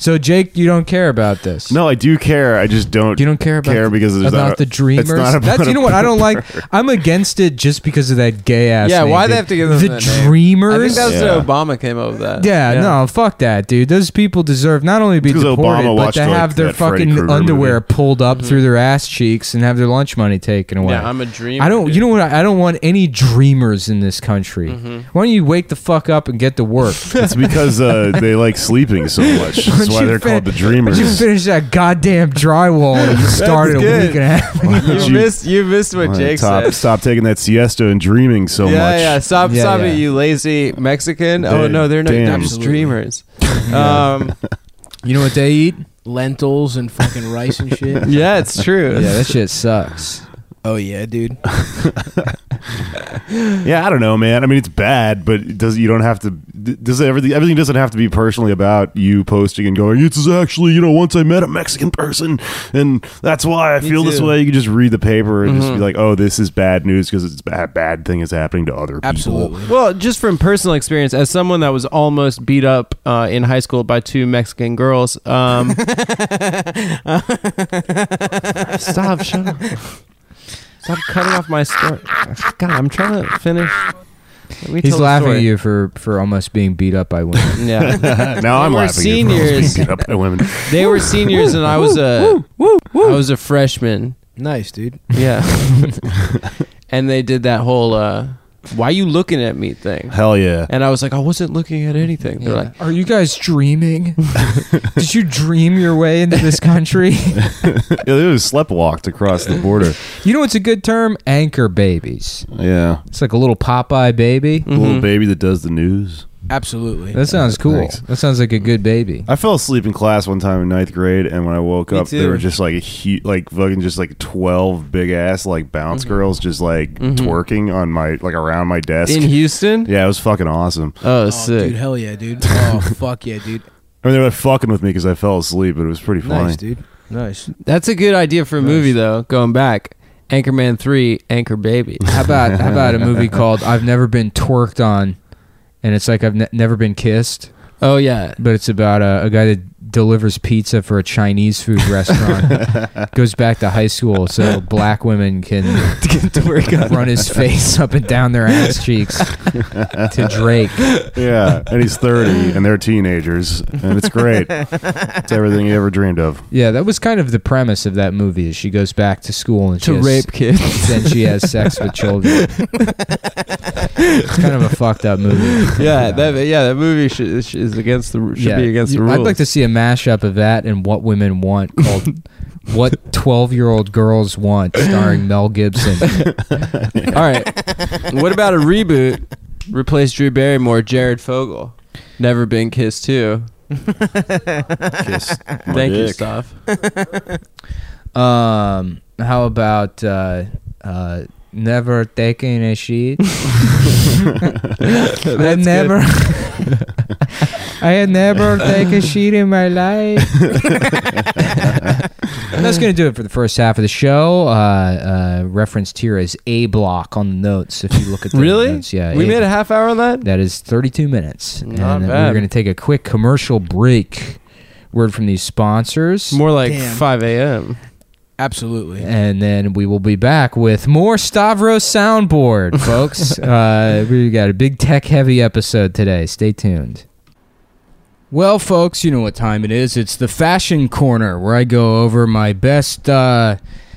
Speaker 1: So Jake, you don't care about this.
Speaker 3: No, I do care. I just don't
Speaker 1: You don't care about
Speaker 3: care
Speaker 1: the,
Speaker 3: because there's
Speaker 1: about
Speaker 3: not-
Speaker 1: the dreamers.
Speaker 3: it's not about
Speaker 1: That's you know
Speaker 3: a
Speaker 1: what I don't like. I'm against it just because of that gay ass.
Speaker 2: Yeah,
Speaker 1: name,
Speaker 2: why
Speaker 1: dude.
Speaker 2: they have to give them
Speaker 1: the
Speaker 2: that name?
Speaker 1: dreamers?
Speaker 2: I think that was
Speaker 3: Yeah.
Speaker 2: how Obama came up with that.
Speaker 1: yeah, no, fuck that, dude. Those people deserve not only to be
Speaker 3: Because Obama
Speaker 1: deported, but
Speaker 3: watched,
Speaker 1: to
Speaker 3: like,
Speaker 1: have their
Speaker 3: that Freddy
Speaker 1: fucking
Speaker 3: Krueger
Speaker 1: underwear
Speaker 3: movie.
Speaker 1: pulled up through their ass cheeks and have their lunch money taken away.
Speaker 2: Mm-hmm. Yeah, I'm a dreamer.
Speaker 1: I don't.
Speaker 2: dude.
Speaker 1: You know what? I I don't want any dreamers in this country.
Speaker 2: Mm-hmm.
Speaker 1: Why don't you wake the fuck up and get to work?
Speaker 3: It's because uh, they like sleeping so much.
Speaker 1: Why
Speaker 3: That's
Speaker 1: don't
Speaker 3: why
Speaker 1: you fin-
Speaker 3: they're called the
Speaker 1: Why
Speaker 3: Dreamers.
Speaker 1: don't you finish that goddamn drywall that you started a
Speaker 2: good.
Speaker 1: week and a half. ago?
Speaker 3: Why don't
Speaker 2: You missed. You missed what
Speaker 3: Why
Speaker 2: Jake
Speaker 3: top-
Speaker 2: said.
Speaker 3: Stop taking that siesta and dreaming so
Speaker 2: yeah,
Speaker 3: much.
Speaker 2: yeah. Stop,
Speaker 1: Yeah,
Speaker 2: stop
Speaker 1: yeah.
Speaker 2: it, you lazy Mexican. oh
Speaker 3: Dude,
Speaker 2: no, they're not
Speaker 3: damn.
Speaker 2: they're just dreamers. Um,
Speaker 1: You know what they eat?
Speaker 4: Lentils and fucking rice and shit.
Speaker 2: yeah, it's true.
Speaker 1: Yeah, that shit sucks.
Speaker 4: Oh yeah, dude.
Speaker 3: Yeah, I don't know, man. I mean, it's bad, but it does you don't have to. d- Does everything? Everything doesn't have to be personally about you posting and going. It's actually, you know, once I met a Mexican person, and that's why I feel this
Speaker 2: too.
Speaker 3: way. You can just read the paper and just
Speaker 2: Mhm.
Speaker 3: be like, oh, this is bad news because it's a bad thing is happening to other people.
Speaker 4: Absolutely.
Speaker 2: Well, just from personal experience, as someone that was almost beat up uh, in high school by two Mexican girls, um, stop, shut up, stop cutting off my story. God, I'm trying to finish. Let me
Speaker 1: He's
Speaker 2: tell the
Speaker 1: laughing
Speaker 2: story.
Speaker 1: at you for for almost being beat up by women.
Speaker 2: Yeah,
Speaker 3: now I'm
Speaker 2: We're
Speaker 3: laughing. at you for almost
Speaker 2: seniors.
Speaker 3: being beat up by women.
Speaker 2: they were seniors, and I was a I was a freshman.
Speaker 4: Nice, dude.
Speaker 2: Yeah, and they did that whole uh, "Why you looking at me?" thing,
Speaker 3: Hell yeah.
Speaker 2: and I was like, I wasn't looking at anything. They're like.
Speaker 1: Are you guys dreaming? Did you dream your way into this country?
Speaker 3: yeah, they was sleptwalked across the border.
Speaker 1: you know what's a good term? Anchor babies.
Speaker 3: Yeah,
Speaker 1: It's like a little Popeye baby.
Speaker 3: The
Speaker 2: Mm-hmm.
Speaker 3: little baby that does the news.
Speaker 4: Absolutely.
Speaker 1: That sounds cool.
Speaker 3: Thanks.
Speaker 1: That sounds like a good baby.
Speaker 3: I fell asleep in class one time in ninth grade, and when I woke
Speaker 2: Me
Speaker 3: up,
Speaker 2: too.
Speaker 3: there were just like a huge, like fucking, just like twelve big ass like bounce girls just like twerking on my like around my desk.
Speaker 2: In Houston?
Speaker 3: yeah, it was fucking awesome.
Speaker 2: Oh,
Speaker 4: Oh,
Speaker 2: sick.
Speaker 4: dude, hell yeah, dude. Oh, fuck yeah, dude.
Speaker 3: I mean, they were fucking with me because I fell asleep, but it was pretty funny.
Speaker 4: Nice, dude. Nice.
Speaker 2: That's a good idea for a movie, though. Going back, Anchorman Three, Anchor Baby.
Speaker 1: How about how about a movie called I've Never Been Twerked On, and it's like I've ne- never been kissed,
Speaker 2: Oh yeah,
Speaker 1: but it's about a, a guy that delivers pizza for a Chinese food restaurant. Goes back to high school, so black women can run his face up and down their ass cheeks to Drake.
Speaker 3: Yeah, and he's thirty, and they're teenagers, and it's great. it's everything you ever dreamed of.
Speaker 1: Yeah, that was kind of the premise of that movie. Is she goes back to school and she
Speaker 2: to
Speaker 1: has-
Speaker 2: rape kids.
Speaker 1: then she has sex with children. it's kind of a fucked up movie.
Speaker 2: yeah, that yeah, that movie should, sh- is against the ru- should be against the
Speaker 1: You-
Speaker 2: rules.
Speaker 1: I'd like to see a mashup of that and What Women Want called What 12 Year Old Girls Want, starring Mel Gibson.
Speaker 2: All right, what about a reboot? Replace Drew Barrymore, Jared Fogle. Never been kissed too.
Speaker 3: Kiss my
Speaker 2: Thank you,
Speaker 3: dick.
Speaker 2: stuff.
Speaker 1: Um, how about uh, uh, Never Taking a Sheet? I had never. I had never taken a sheet in my life. And that's going to do it for the first half of the show. Uh, uh, referenced here is A block on the notes. If you look at the
Speaker 2: Really?
Speaker 1: notes, yeah,
Speaker 2: we
Speaker 1: A-
Speaker 2: made a half hour on that.
Speaker 1: that is 32 minutes.
Speaker 2: Not
Speaker 1: and uh,
Speaker 2: bad.
Speaker 1: we're going to take a quick commercial break. Word from these sponsors.
Speaker 2: More like
Speaker 4: Damn.
Speaker 2: 5 a.m.
Speaker 4: Absolutely.
Speaker 1: and then we will be back with more Stavros soundboard, folks. uh, we got a big tech heavy episode today. Stay tuned. Well, folks, you know what time it is. It's the fashion corner where I go over my best uh,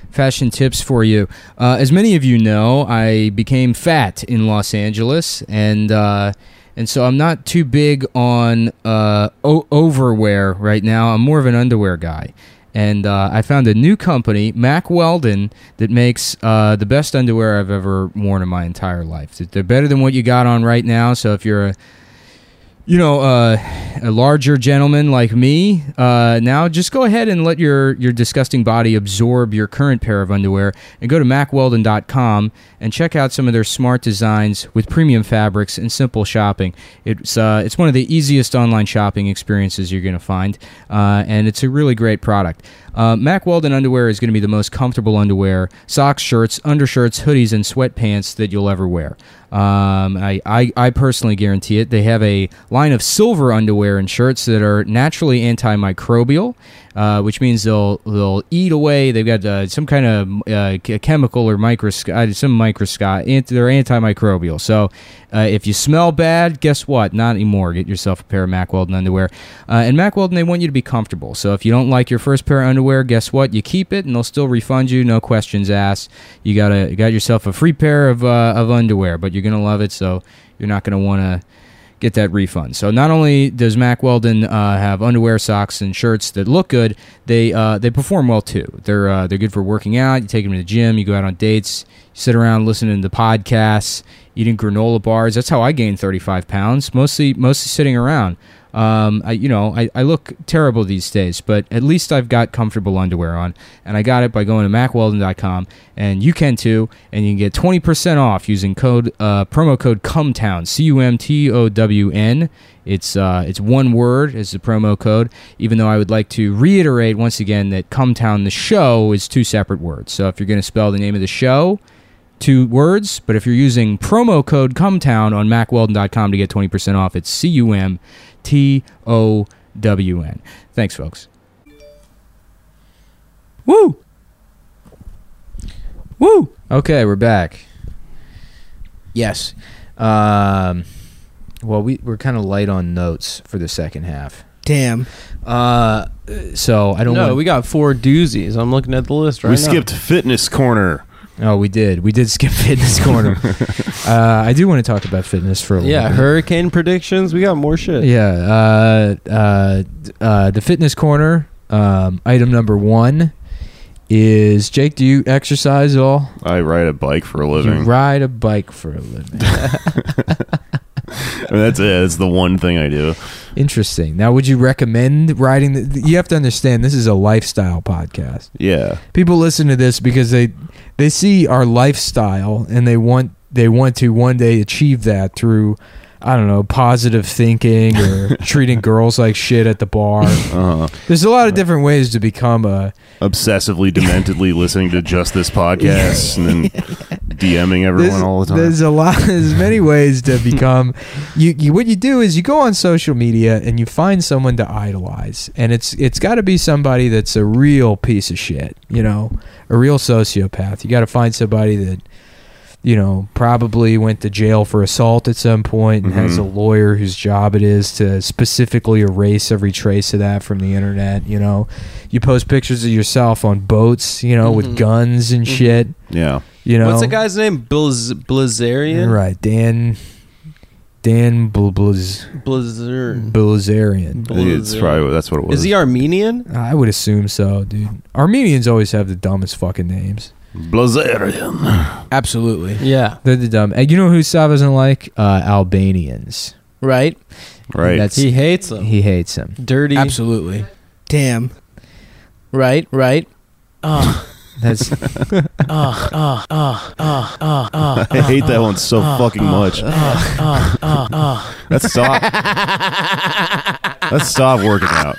Speaker 1: fashion tips for you. Uh, as many of you know, I became fat in Los Angeles, and uh, and so I'm not too big on uh, o- overwear right now. I'm more of an underwear guy. And uh, I found a new company, Mac Weldon, that makes uh, the best underwear I've ever worn in my entire life. They're better than what you got on right now. So if you're a you know, uh, a larger gentleman like me, uh, now just go ahead and let your, your disgusting body absorb your current pair of underwear and go to macweldon.com and check out some of their smart designs with premium fabrics and simple shopping. It's, uh, it's one of the easiest online shopping experiences you're going to find, uh, and it's a really great product. Uh, Mac Weldon underwear is going to be the most comfortable underwear, socks, shirts, undershirts, hoodies, and sweatpants that you'll ever wear. Um, I, I, I personally guarantee it. They have a line line of silver underwear and shirts that are naturally antimicrobial, uh, which means they'll they'll eat away. They've got uh, some kind of uh, ch- chemical or microscope, some microscope. Anti- they're antimicrobial. So uh, if you smell bad, guess what? Not anymore. Get yourself a pair of Mack Weldon underwear. Uh, and Mack Weldon, they want you to be comfortable. So if you don't like your first pair of underwear, guess what? You keep it, and they'll still refund you, no questions asked. You got a you got yourself a free pair of uh, of underwear, but you're gonna love it. So you're not going to want to get that refund. So not only does Mack Weldon uh, have underwear, socks, and shirts that look good, they uh, they perform well too. They're uh, they're good for working out. You take them to the gym. You go out on dates. You sit around listening to podcasts, eating granola bars. That's how I gained 35 pounds. Mostly mostly sitting around. Um, I, you know, I, I look terrible these days, but at least I've got comfortable underwear on, and I got it by going to macweldon.com, and you can too, and you can get 20% off using code uh, promo code cumtown c u m t o w n. It's uh, it's one word as the promo code. Even though I would like to reiterate once again that cumtown the show is two separate words. So if you're going to spell the name of the show, two words. But if you're using promo code Cumtown on MacWeldon.com to get 20% off, it's C U M T O W N. Thanks, folks. Woo! Woo! Okay, we're back.
Speaker 4: Yes.
Speaker 1: Um, well, we, we're kind of light on notes for the second half.
Speaker 4: Damn.
Speaker 1: Uh, so I don't
Speaker 2: no,
Speaker 1: want.
Speaker 2: we got four doozies. I'm looking at the list right
Speaker 3: we
Speaker 2: now.
Speaker 3: skipped fitness corner.
Speaker 1: oh, we did. We did skip fitness corner. uh, I do want to talk about fitness for a little
Speaker 2: Yeah,
Speaker 1: bit.
Speaker 2: hurricane predictions. We got more shit.
Speaker 1: Yeah. Uh, uh, d- uh, the fitness corner. Um, item number one is Jake. Do you exercise at all?
Speaker 3: I ride a bike for a
Speaker 1: You
Speaker 3: living.
Speaker 1: ride a bike for a living.
Speaker 3: I mean, that's it. That's the one thing I do.
Speaker 1: Interesting. Now, would you recommend riding? The, you have to understand this is a lifestyle podcast.
Speaker 3: Yeah.
Speaker 1: People listen to this because they they see our lifestyle and they want they want to one day achieve that through. I don't know, positive thinking or treating girls like shit at the bar.
Speaker 3: Uh-huh.
Speaker 1: There's a lot of different ways to become a
Speaker 3: Obsessively, dementedly listening to just this podcast and then DMing everyone
Speaker 1: there's,
Speaker 3: all the time.
Speaker 1: There's a lot. There's many ways to become. You, you what you do is you go on social media and you find someone to idolize, and it's it's got to be somebody that's a real piece of shit. You know, a real sociopath. You got to find somebody that. You know, probably went to jail for assault at some point and has
Speaker 3: Mhm.
Speaker 1: a lawyer whose job it is to specifically erase every trace of that from the internet. You know, you post pictures of yourself on boats, you know,
Speaker 2: Mhm.
Speaker 3: Mm-hmm.
Speaker 1: with guns and
Speaker 2: Mhm.
Speaker 1: shit.
Speaker 3: yeah.
Speaker 1: You know,
Speaker 2: What's the guy's name? Blaz- Blazarian?
Speaker 1: Right, Dan. Dan Bl- Blaz-
Speaker 2: Blazar-
Speaker 1: Blazarian.
Speaker 3: I think It's probably that's what it was.
Speaker 2: Is he Armenian?
Speaker 1: I would assume so, dude. Armenians always have the dumbest fucking names.
Speaker 3: Blazarian.
Speaker 4: Absolutely.
Speaker 2: Yeah.
Speaker 1: They're the dumb. And you know who Sav doesn't like? Uh, Albanians.
Speaker 4: Right?
Speaker 3: Right.
Speaker 1: That's
Speaker 2: He
Speaker 1: he,
Speaker 2: hates them.
Speaker 1: hates them.
Speaker 2: Dirty.
Speaker 4: Absolutely. Damn. Right? Right? Ugh.
Speaker 1: That's
Speaker 4: Ugh. Ugh. Ugh. Ugh. Ugh. Ugh.
Speaker 3: I hate that one
Speaker 2: Uh,
Speaker 3: so fucking much.
Speaker 4: Ugh. Ugh. Ugh.
Speaker 3: That's stop. That's stop working out.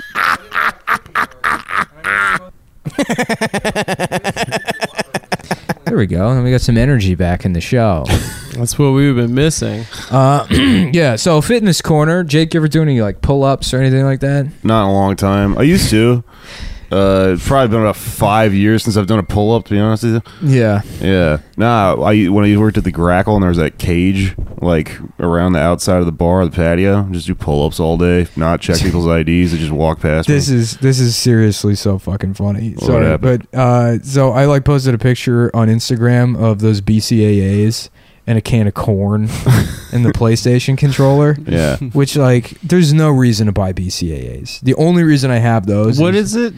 Speaker 1: there we go. And we got some energy back in the show.
Speaker 2: That's what we've been missing.
Speaker 1: Uh, yeah. So fitness corner. Jake, you ever do any like pull ups or anything like that?
Speaker 3: Not in a long time. I used to. Uh, it's probably been about five years since I've done a pull up. To be honest with you.
Speaker 1: Yeah.
Speaker 3: Yeah. Nah. I when I worked at the Grackle and there was that cage like around the outside of the bar, the patio. Just do pull ups all day. Not check people's IDs. They just walk past.
Speaker 1: This
Speaker 3: me.
Speaker 1: is this is seriously so fucking funny.
Speaker 3: What
Speaker 1: Sorry,
Speaker 3: happened?
Speaker 1: but uh, so I like posted a picture on Instagram of those BCAAs and a can of corn and the PlayStation controller,
Speaker 3: yeah.
Speaker 1: which like there's no reason to buy BCAAs. The only reason I have those
Speaker 2: What is it?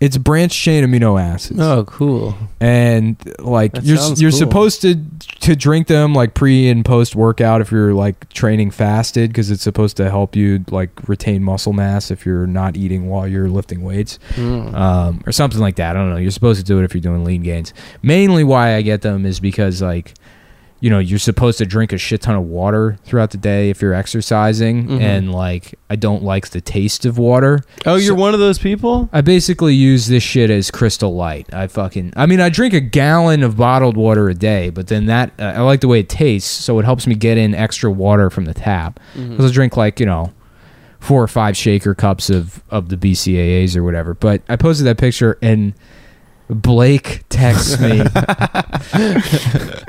Speaker 1: it's branched chain amino acids,
Speaker 2: Oh, cool.
Speaker 1: and like
Speaker 2: That
Speaker 1: you're
Speaker 2: sounds
Speaker 1: you're
Speaker 2: cool.
Speaker 1: supposed to to drink them like pre and post workout if you're like training fasted because it's supposed to help you like retain muscle mass if you're not eating while you're lifting weights
Speaker 2: Mm.
Speaker 1: um, or something like that. I don't know. You're supposed to do it if you're doing lean gains. Mainly, why I get them is because like, you know, you're supposed to drink a shit ton of water throughout the day if you're exercising,
Speaker 2: Mhm.
Speaker 1: and like, I don't like the taste of water.
Speaker 2: Oh,
Speaker 1: So-
Speaker 2: you're one of those people?
Speaker 1: I basically use this shit as Crystal Light. I fucking, I mean, I drink a gallon of bottled water a day, but then that
Speaker 2: Mm-hmm.
Speaker 1: uh, I like the way it tastes, so it helps me get in extra water from the tap because I drink like you know four or five shaker cups of of the BCAAs or whatever. But I posted that picture and Blake texts me,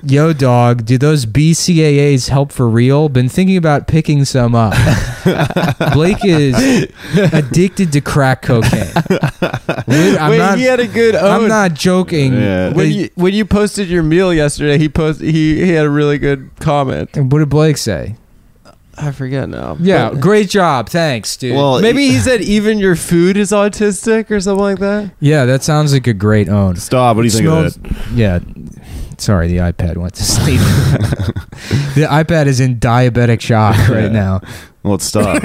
Speaker 1: "Yo, dog, do those BCAAs help for real? Been thinking about picking some up." Blake is addicted to crack cocaine. Dude, I'm
Speaker 2: Wait,
Speaker 1: not,
Speaker 2: he had a good own.
Speaker 1: I'm not joking.
Speaker 3: Yeah.
Speaker 2: when
Speaker 1: They-
Speaker 2: you when you posted your meal yesterday, he post he, he had a really good comment.
Speaker 1: and what did Blake say?
Speaker 2: I forget now.
Speaker 1: Yeah,
Speaker 2: But-
Speaker 1: great job, thanks, dude.
Speaker 3: Well,
Speaker 2: Maybe he said even your food is autistic or something like that.
Speaker 1: yeah, that sounds like a great own.
Speaker 3: Stop. What do you think
Speaker 1: Smells-
Speaker 3: of
Speaker 1: Yeah. Sorry, the iPad went to sleep. the iPad is in diabetic shock right
Speaker 3: Yeah.
Speaker 1: now.
Speaker 3: that? Well, it's stop.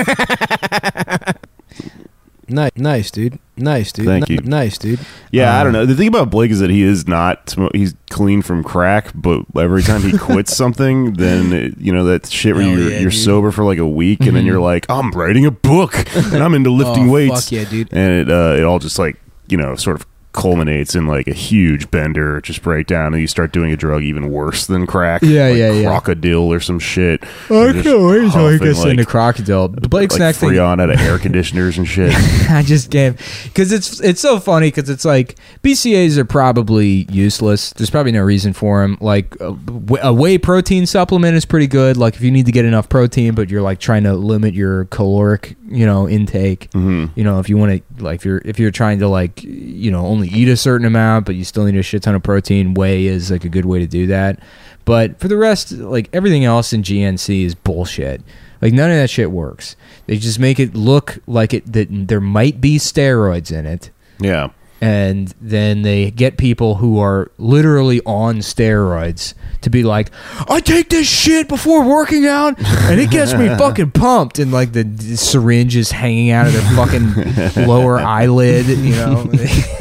Speaker 4: Nice, nice, dude. Nice, dude.
Speaker 3: Thank
Speaker 4: Ni-
Speaker 3: you.
Speaker 4: Nice, dude.
Speaker 3: Yeah, I
Speaker 1: Um,
Speaker 3: don't know. The thing about Blake is that he is not smo- he's clean from crack, but every time he quits something, then it, you know that shit where
Speaker 4: Hell
Speaker 3: you're
Speaker 4: yeah,
Speaker 3: you're
Speaker 4: dude.
Speaker 3: sober for like a week, and then
Speaker 1: Mhm.
Speaker 3: you're like, I'm writing a book, and I'm into lifting
Speaker 4: Oh,
Speaker 3: weights,
Speaker 4: Fuck yeah, dude.
Speaker 3: and it uh, it all just like you know sort of culminates in like a huge bender, just breakdown, and you start doing a drug even worse than crack,
Speaker 1: Yeah,
Speaker 3: like
Speaker 1: yeah, yeah.
Speaker 3: crocodile or some shit.
Speaker 1: I
Speaker 3: You're just
Speaker 1: can't wait until he
Speaker 3: huffing,
Speaker 1: gets
Speaker 3: like-
Speaker 1: into crocodile. Blake's
Speaker 3: like
Speaker 1: next thing
Speaker 3: Freon out of air conditioners and shit.
Speaker 1: I just gave because it's it's so funny because it's like BCAAs are probably useless. There's probably no reason for them. Like a, a whey protein supplement is pretty good. Like if you need to get enough protein, but you're like trying to limit your caloric, you know, intake.
Speaker 3: hmm
Speaker 1: You know, if you want to, like, if you're if you're trying to like, you know, only eat a certain amount, but you still need a shit ton of protein, whey is like a good way to do that. But for the rest, like everything else in GNC is bullshit. Like none of that shit works. They just make it look like it that there might be steroids in it,
Speaker 3: Yeah.
Speaker 1: and then they get people who are literally on steroids to be like, "I take this shit before working out, and it gets me fucking pumped." And like the d- syringe is hanging out of their fucking lower eyelid, you know.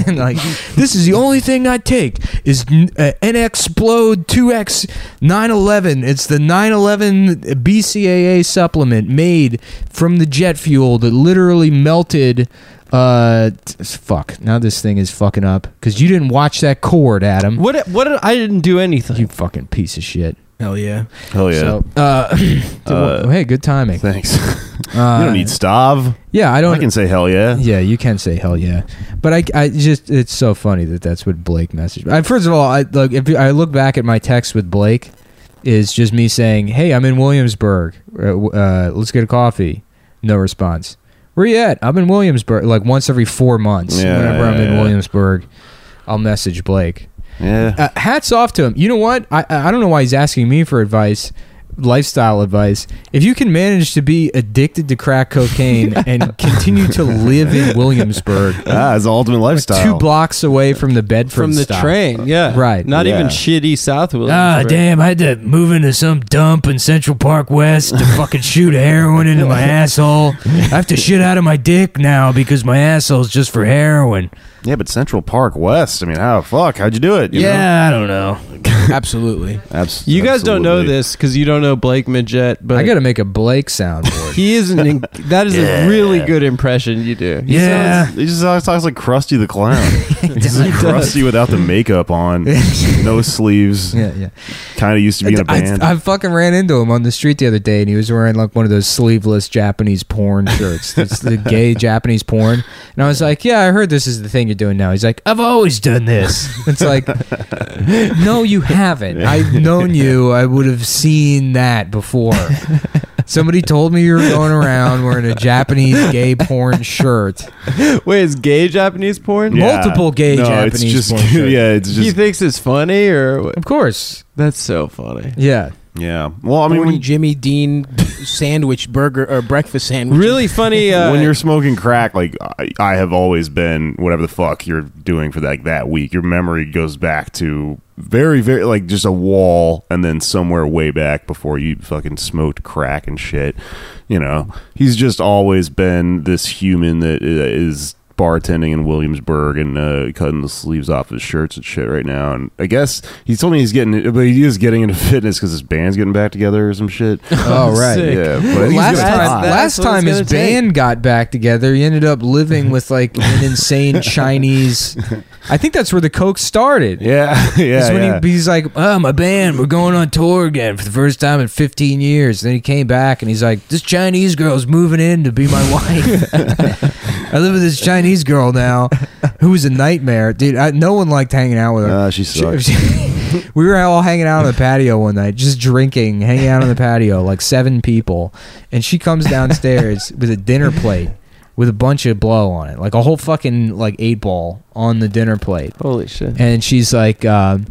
Speaker 1: and like, this is the only thing I take is n- uh, NXplode 2X 911. It's the 911 BCAA supplement made from the jet fuel that literally melted. Uh, t- fuck. Now this thing is fucking up because you didn't watch that cord, Adam.
Speaker 2: What what I didn't do anything.
Speaker 1: You fucking piece of shit.
Speaker 4: Hell yeah.
Speaker 3: Hell yeah.
Speaker 1: So, uh, dude,
Speaker 3: Uh,
Speaker 1: hey, good timing.
Speaker 3: Thanks.
Speaker 1: Uh,
Speaker 3: you don't need Stav.
Speaker 1: Yeah, I
Speaker 3: I
Speaker 1: don't.
Speaker 3: can say hell yeah.
Speaker 1: yeah, you can say hell yeah, but I, I just it's so funny that that's what Blake messaged. I, first of all, I look if I look back at my text with Blake, is just me saying, "Hey, I'm in Williamsburg. Uh, w- uh, let's get a coffee." No response. Where you at? I'm in Williamsburg. Like once every four months,
Speaker 3: Yeah,
Speaker 1: whenever I'm
Speaker 3: yeah,
Speaker 1: in
Speaker 3: yeah.
Speaker 1: Williamsburg, I'll message Blake.
Speaker 3: Yeah.
Speaker 1: uh, hats off to him. You know what? I I I don't know why he's asking me for advice, lifestyle advice. If you can manage to be addicted to crack cocaine and continue to live in Williamsburg,
Speaker 3: Ah, it's the ultimate lifestyle.
Speaker 1: two blocks away from the Bedford
Speaker 2: from the
Speaker 1: stop.
Speaker 2: train. Yeah,
Speaker 1: Right.
Speaker 2: Not
Speaker 3: Yeah.
Speaker 2: even shitty South
Speaker 1: Ah,
Speaker 2: Williamsburg.
Speaker 1: damn! I had to move into some dump in Central Park West to fucking shoot heroin into my asshole. I have to shit out of my dick now because my asshole's just for heroin.
Speaker 3: yeah, but Central Park West. I mean, how fuck? How'd you do it? you
Speaker 1: yeah, I don't know.
Speaker 4: Absolutely.
Speaker 3: know? Abs-
Speaker 2: You guys don't know
Speaker 3: absolutely.
Speaker 2: this because you don't know Blake Midget, but
Speaker 1: I gotta make a Blake soundboard.
Speaker 2: he is an. in- that is
Speaker 3: Yeah.
Speaker 2: a really good impression you do. He
Speaker 1: yeah.
Speaker 3: He just always talks like Krusty the Clown. He's like
Speaker 2: does.
Speaker 3: Krusty without the makeup on, no sleeves.
Speaker 1: yeah, yeah.
Speaker 3: Kind of used to be in a
Speaker 1: I-
Speaker 3: band.
Speaker 1: I, fucking ran into him on the street the other day, and he was wearing like one of those sleeveless Japanese porn shirts, it's the gay Japanese porn. And I was like, "Yeah, I heard this is the thing you're doing now." He's like, "I've always done this." It's like, no, you haven't. I've known you. I would have seen that before. Somebody told me you were going around wearing a Japanese gay porn shirt.
Speaker 2: sounds- Wait, is gay Japanese porn?
Speaker 1: Yeah. multiple gay
Speaker 3: no,
Speaker 1: Japanese
Speaker 3: It's
Speaker 1: porn
Speaker 3: just,
Speaker 1: shirts.
Speaker 3: yeah, it's
Speaker 2: he
Speaker 3: just
Speaker 2: thinks it's funny, or what?
Speaker 1: Of course,
Speaker 2: that's so funny.
Speaker 1: yeah.
Speaker 3: yeah. Well, I
Speaker 4: I
Speaker 3: mean,
Speaker 4: mean,
Speaker 3: when,
Speaker 4: Jimmy Dean sandwich burger or breakfast sandwich.
Speaker 2: Really funny. Uh,
Speaker 3: when you're smoking crack, like I, I have always been, whatever the fuck you're doing for like that week, your memory goes back to very, very like just a wall, and then somewhere way back before you fucking smoked crack and shit. You know, he's just always been this human that i- is bartending in Williamsburg and uh, cutting the sleeves off his shirts and shit right now. And I guess he told me he's getting, but he is getting into fitness because his band's getting back together or some shit.
Speaker 1: Oh, right.
Speaker 2: Sick.
Speaker 3: Yeah, but he's
Speaker 1: last
Speaker 3: gonna
Speaker 2: That's-
Speaker 1: time,
Speaker 2: that's
Speaker 1: last
Speaker 2: what it's
Speaker 1: time his
Speaker 2: gonna take.
Speaker 1: band got back together, he ended up living with like an insane Chinese. I think that's where the coke started.
Speaker 3: yeah, yeah,
Speaker 1: That's when
Speaker 3: yeah.
Speaker 1: He, he's like, "Oh, my band, we're going on tour again for the first time in 15 years." then he came back and he's like, "This Chinese girl's moving in to be my wife. I live with this Chinese girl now, who was a nightmare, dude. I, no one liked hanging out with her.
Speaker 3: Uh, she sucks.
Speaker 1: we were all hanging out on the patio one night, just drinking, hanging out on the patio, like seven people. And she comes downstairs with a dinner plate with a bunch of blow on it, like a whole fucking like eight ball on the dinner plate.
Speaker 2: Holy shit.
Speaker 1: And she's like, um,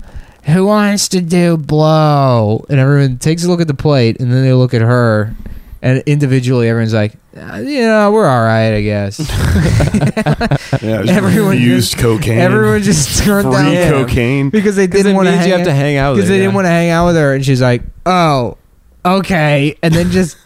Speaker 1: "Who wants to do blow?" And everyone takes a look at the plate, and then they look at her. And individually, everyone's like, uh, "Yeah, we're all right, I guess."
Speaker 3: Yeah, just
Speaker 1: Everyone
Speaker 3: refused cocaine.
Speaker 1: Everyone just turned
Speaker 3: free
Speaker 1: down
Speaker 3: cocaine.
Speaker 1: because they
Speaker 2: Because
Speaker 1: didn't
Speaker 2: it
Speaker 1: want to
Speaker 2: means
Speaker 1: hang
Speaker 2: Oh, you have to hang out with
Speaker 1: because
Speaker 2: her,
Speaker 1: they
Speaker 2: yeah.
Speaker 1: didn't want to hang out with her, and she's like, "Oh, okay," and then just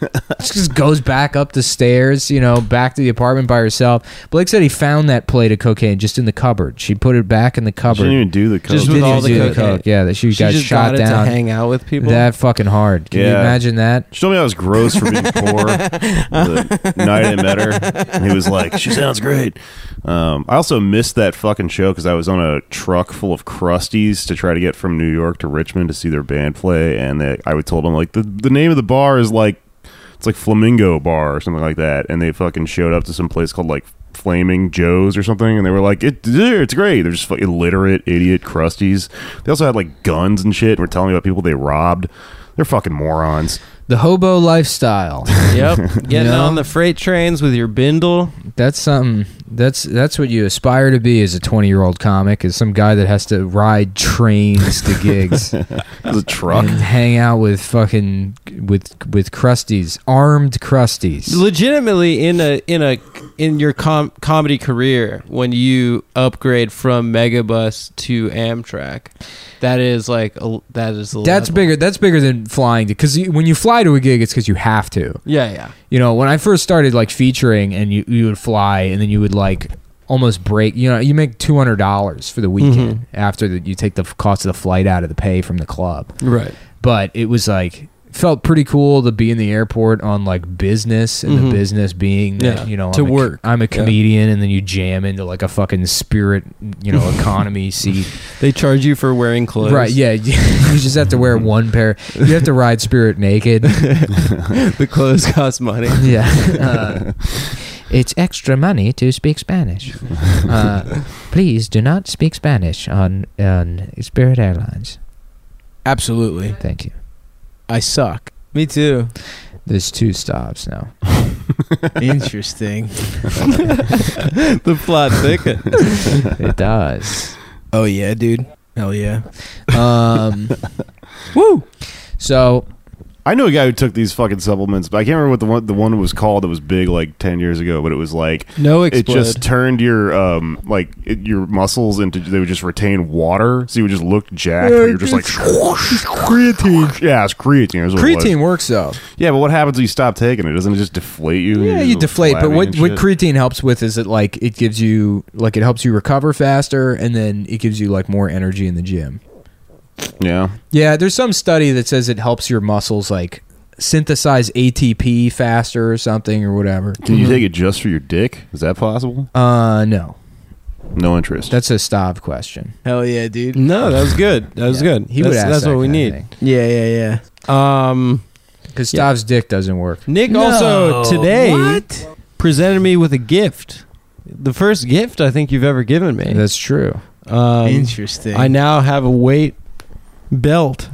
Speaker 1: just goes back up the stairs, you know, back to the apartment by herself. Blake said he found that plate of cocaine just in the cupboard. She put it back in the
Speaker 3: She didn't
Speaker 1: cupboard.
Speaker 3: even do the coke.
Speaker 2: Just with
Speaker 1: Didn't
Speaker 2: all
Speaker 1: even
Speaker 2: the
Speaker 1: do
Speaker 2: cocaine.
Speaker 1: coke. Yeah, that she,
Speaker 2: She
Speaker 1: got
Speaker 2: just
Speaker 1: shot
Speaker 2: got it
Speaker 1: down
Speaker 2: to hang out with people.
Speaker 1: that fucking hard. Can you
Speaker 3: Yeah.
Speaker 1: imagine that?
Speaker 3: She told me I was gross for being poor the night I met her. And he was like, "She sounds great." Um, I also missed that fucking show because I was on a truck full of crusties to try to get from New York to Richmond to see their band play, and they, I told them like the the name of the bar is like it's like Flamingo Bar or something like that, and they fucking showed up to some place called like. Flaming Joe's or something, and they were like, it, "It's great." They're just fucking illiterate, idiot, crusties. They also had like guns and shit. And were telling me about people they robbed. They're fucking morons.
Speaker 1: The hobo lifestyle.
Speaker 2: Yep. Getting
Speaker 1: know?
Speaker 2: on the freight trains with your bindle.
Speaker 1: that's something. That's that's what you aspire to be as a twenty year old comic. Is some guy that has to ride trains to gigs.
Speaker 3: It's a truck.
Speaker 1: and hang out with fucking with with crusties, armed crusties.
Speaker 2: legitimately in a in a in your com- comedy career when you upgrade from megabus to amtrak that is like a, that is a
Speaker 1: That's
Speaker 2: level.
Speaker 1: bigger. That's bigger than flying because when you fly to a gig, it's because you have to.
Speaker 2: yeah yeah
Speaker 1: You know, when I first started like featuring, and you you would fly, and then you would like almost break. You know, you make two hundred dollars for the weekend after that. You take the f- cost of the flight out of the pay from the club.
Speaker 2: right
Speaker 1: but it was like felt pretty cool to be in the airport on like business and
Speaker 2: Mhm.
Speaker 1: the business being that
Speaker 2: Yeah,
Speaker 1: you know
Speaker 2: to
Speaker 1: I'm a,
Speaker 2: work.
Speaker 1: I'm a
Speaker 2: Yeah.
Speaker 1: comedian and then you jam into like a fucking spirit you know economy seat
Speaker 2: they charge you for wearing clothes
Speaker 1: right yeah you just have to wear one pair you have to ride spirit naked
Speaker 2: the clothes cost money
Speaker 1: yeah uh, it's extra money to speak Spanish uh, please do not speak Spanish on on Spirit Airlines
Speaker 4: Absolutely.
Speaker 1: thank you
Speaker 4: I suck. Me too.
Speaker 1: there's two stops now
Speaker 4: Interesting.
Speaker 2: the plot thickens
Speaker 1: it does.
Speaker 4: oh yeah, dude. Hell yeah.
Speaker 1: Um, woo. So
Speaker 3: I know a guy who took these fucking supplements, but I can't remember what the one the one was called that was big like ten years ago. But it was like
Speaker 2: no
Speaker 3: it
Speaker 2: explode.
Speaker 3: just turned your um like it, your muscles into they would just retain water, so you would just look jacked. but you're just like creatine. Yeah, it's creatine. Is what it was.
Speaker 1: creatine works though.
Speaker 3: Yeah, but what happens when you stop taking it? Doesn't it just deflate you?
Speaker 1: Yeah, you deflate. But what what creatine helps with is it like it gives you like it helps you recover faster, and then it gives you like more energy in the gym.
Speaker 3: yeah,
Speaker 1: Yeah, there's some study that says it helps your muscles like synthesize ATP faster or something or whatever. Mm-hmm.
Speaker 3: can you take it just for your dick? Is that possible?
Speaker 1: Uh, no,
Speaker 3: No interest.
Speaker 1: that's a Stav question.
Speaker 4: Hell yeah, dude.
Speaker 2: no that was good that was
Speaker 1: Yeah.
Speaker 2: good
Speaker 1: He
Speaker 2: that's,
Speaker 1: would ask
Speaker 2: that's
Speaker 1: that
Speaker 2: what we
Speaker 1: kind of
Speaker 2: need
Speaker 4: Yeah, yeah, yeah.
Speaker 2: um
Speaker 1: because
Speaker 2: Yeah.
Speaker 1: Stav's dick doesn't work.
Speaker 2: nick
Speaker 4: No.
Speaker 2: also today
Speaker 4: What?
Speaker 2: presented me with a gift the first gift i think you've ever given me
Speaker 1: That's true.
Speaker 2: um,
Speaker 4: Interesting.
Speaker 2: I now have a weight belt,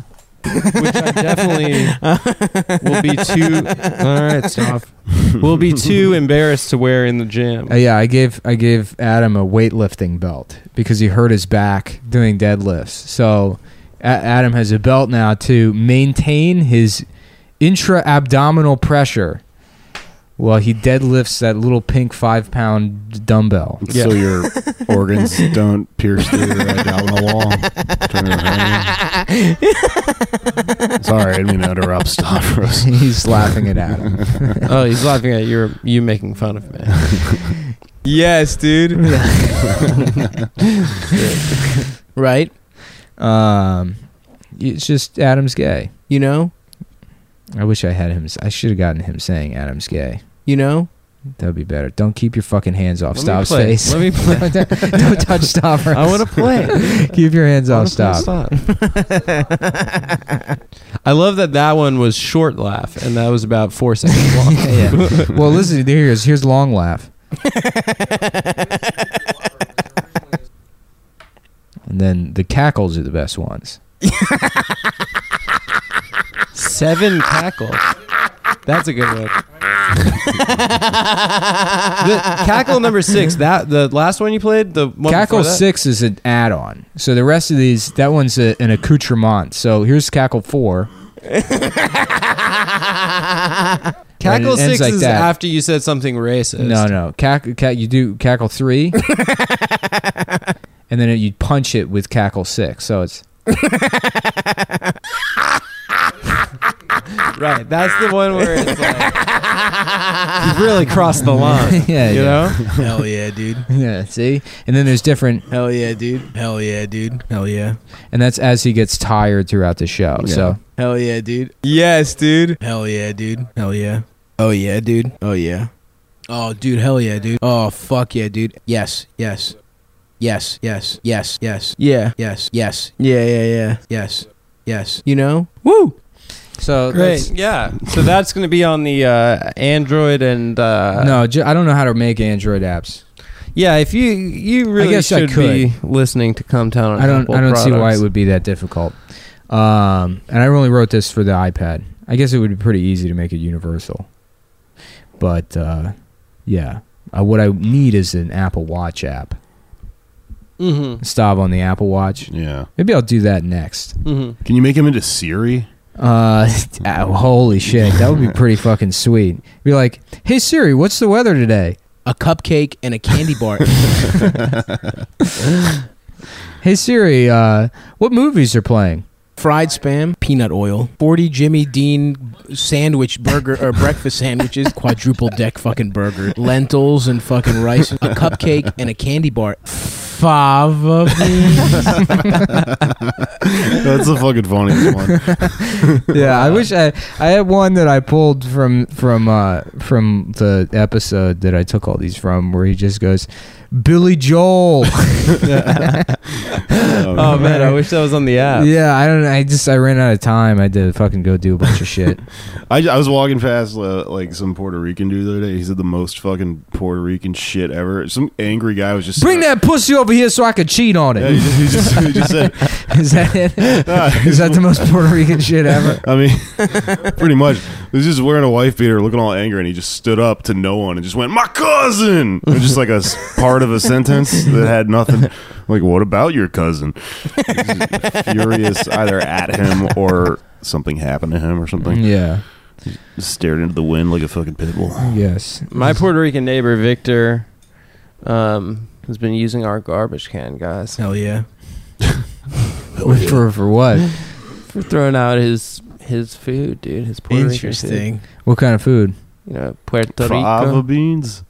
Speaker 2: which I definitely will be too. All right, stop. Will be too embarrassed to wear in the gym.
Speaker 1: Uh, yeah, I gave I gave Adam a weightlifting belt because he hurt his back doing deadlifts. So a- Adam has a belt now to maintain his intra abdominal pressure while he deadlifts that little pink five pound dumbbell.
Speaker 2: Yeah.
Speaker 3: So your organs don't pierce through your abdominal wall. Turn it around. Sorry, I didn't mean to interrupt. Stop for us.
Speaker 1: He's laughing at Adam.
Speaker 2: Oh, he's laughing at you. You making fun of me. Yes, dude.
Speaker 4: right?
Speaker 1: Um, it's just Adam's gay.
Speaker 4: You know?
Speaker 1: I wish I had him. I should have gotten him saying Adam's gay.
Speaker 4: You know?
Speaker 1: That'd be better. Don't keep your fucking hands off
Speaker 2: Let me
Speaker 1: Stops
Speaker 2: play.
Speaker 1: face.
Speaker 2: Let me play.
Speaker 1: Don't touch Stop.
Speaker 2: I want to play.
Speaker 1: keep your hands off Stop.
Speaker 2: I love that that one was short laugh, and that was about four seconds long.
Speaker 1: Yeah. well,
Speaker 2: Mm-hmm.
Speaker 1: listen. Here's here's long laugh, and then the cackles are the best ones.
Speaker 2: Seven cackles. That's a good one. the cackle number six. That the last one you played. The one
Speaker 1: cackle
Speaker 2: before that?
Speaker 1: six is an add-on. So the rest of these, that one's a, an accoutrement. So here's cackle four.
Speaker 2: Cackle
Speaker 1: And it ends
Speaker 2: six
Speaker 1: like
Speaker 2: is
Speaker 1: that.
Speaker 2: after you said something racist.
Speaker 1: No, no. Cack, cack, you do cackle three, and then you punch it with cackle six. So it's
Speaker 2: right. That's the one where it's like you've really crossed the line.
Speaker 1: yeah,
Speaker 2: You
Speaker 1: yeah,
Speaker 2: know.
Speaker 4: Hell yeah, dude.
Speaker 1: yeah. See, and then there's different,
Speaker 4: Hell yeah, dude. Hell yeah, dude. Hell yeah.
Speaker 1: and that's as he gets tired throughout the show. So
Speaker 4: Hell yeah, dude.
Speaker 2: Yes, dude.
Speaker 4: Hell yeah, dude. Hell yeah. Oh yeah, dude. Oh yeah. Oh, dude. Hell yeah, dude. Oh fuck yeah, dude. Yes. Yes. Yes. Yes. Yes. Yes.
Speaker 2: Yeah.
Speaker 4: Yes. Yes. Yeah. Yeah. Yeah. Yes. Yes. You know. Woo.
Speaker 1: so
Speaker 2: Great.
Speaker 1: that's-
Speaker 2: Yeah. So that's going to be on the uh, Android and uh,
Speaker 1: No, ju- I don't know how to make Android apps.
Speaker 2: Yeah, if you you really
Speaker 1: guess I
Speaker 2: should be listening to Come Town. On
Speaker 1: I don't.
Speaker 2: Apple
Speaker 1: I don't see why it
Speaker 2: products.
Speaker 1: would be that difficult. Um, and I only wrote this for the iPad. I guess it would be pretty easy to make it universal. But uh, yeah, uh, what I need is an Apple Watch app.
Speaker 2: Mhm,
Speaker 1: Stop on the Apple Watch.
Speaker 3: Yeah.
Speaker 1: Maybe I'll do that next.
Speaker 2: mhm.
Speaker 3: Can you make him into Siri?
Speaker 1: Uh, oh, holy shit, that would be pretty fucking sweet. Be like, hey Siri, what's the weather today?
Speaker 4: A cupcake and a candy bar.
Speaker 1: Hey Siri, uh, what movies are playing?
Speaker 4: Fried spam, peanut oil, 40 Jimmy Dean sandwich burger or breakfast sandwiches, quadruple deck fucking burger, lentils and fucking rice, a cupcake and a candy bar. Fava beans.
Speaker 3: That's the fucking funniest one.
Speaker 1: yeah, I wish I I had one that I pulled from from uh, from the episode that I took all these from, where he just goes, Billy Joel.
Speaker 2: Oh man, I wish that was on the app.
Speaker 1: yeah, I don't. I just I ran out of time. I had to fucking go do a bunch of shit.
Speaker 3: I, I was walking past uh, like some Puerto Rican dude the other day. He said the most fucking Puerto Rican shit ever. Some angry guy was just
Speaker 1: Bring that pussy over here so I could cheat on
Speaker 3: Yeah, he
Speaker 1: it.
Speaker 3: just, he just, he just said.
Speaker 1: Is that it?
Speaker 3: Nah,
Speaker 1: Is that the most Puerto Rican shit ever?
Speaker 3: I mean, pretty much. He was just wearing a wife beater, looking all angry, and he just stood up to no one and just went, "My cousin," It was just like a s- part of a sentence that had nothing. Like, what about your cousin? Just Furious, either at him or something happened to him or something.
Speaker 1: Yeah.
Speaker 3: Just stared into the wind like a fucking pit bull.
Speaker 1: Yes.
Speaker 2: My Puerto Rican neighbor Victor um, has been using our garbage can, guys,
Speaker 4: Hell yeah.
Speaker 1: for for what?
Speaker 2: for throwing out his his food, dude. His Puerto Rican food.
Speaker 4: Interesting.
Speaker 1: What kind of food?
Speaker 2: You know, Puerto
Speaker 3: Fava
Speaker 2: Rico.
Speaker 3: beans.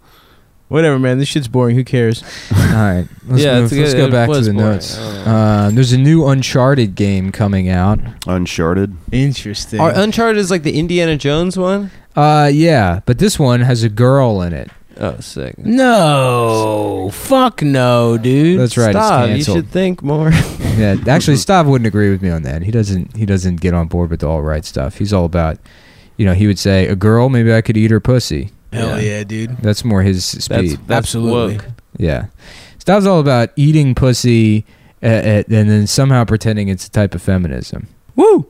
Speaker 4: Whatever, man. This shit's boring. Who cares?
Speaker 1: All right. Let's,
Speaker 2: Yeah,
Speaker 1: move-
Speaker 2: it's a
Speaker 1: let's
Speaker 2: good-
Speaker 1: go
Speaker 2: it
Speaker 1: back to
Speaker 2: was
Speaker 1: the
Speaker 2: boring.
Speaker 1: notes.
Speaker 2: I don't know.
Speaker 1: Uh, there's a new Uncharted game coming out.
Speaker 3: Uncharted.
Speaker 4: Interesting.
Speaker 2: Our Uncharted is like the Indiana Jones one.
Speaker 1: Uh, yeah, but this one has a girl in it.
Speaker 2: Oh, sick.
Speaker 4: no. Fuck no, dude.
Speaker 1: That's right.
Speaker 2: Stop.
Speaker 1: It's
Speaker 2: You
Speaker 1: canceled.
Speaker 2: should think more.
Speaker 1: Yeah, actually, Stav wouldn't agree with me on that. He doesn't. He doesn't get on board with the all right stuff. He's all about, you know, he would say a girl. Maybe I could eat her pussy.
Speaker 4: Hell
Speaker 2: Yeah.
Speaker 4: yeah, dude.
Speaker 1: That's more his speed.
Speaker 2: That's, that's
Speaker 4: Absolutely.
Speaker 2: woke.
Speaker 1: Yeah. Stav's all about eating pussy uh, uh, and then somehow pretending it's a type of feminism.
Speaker 4: Woo.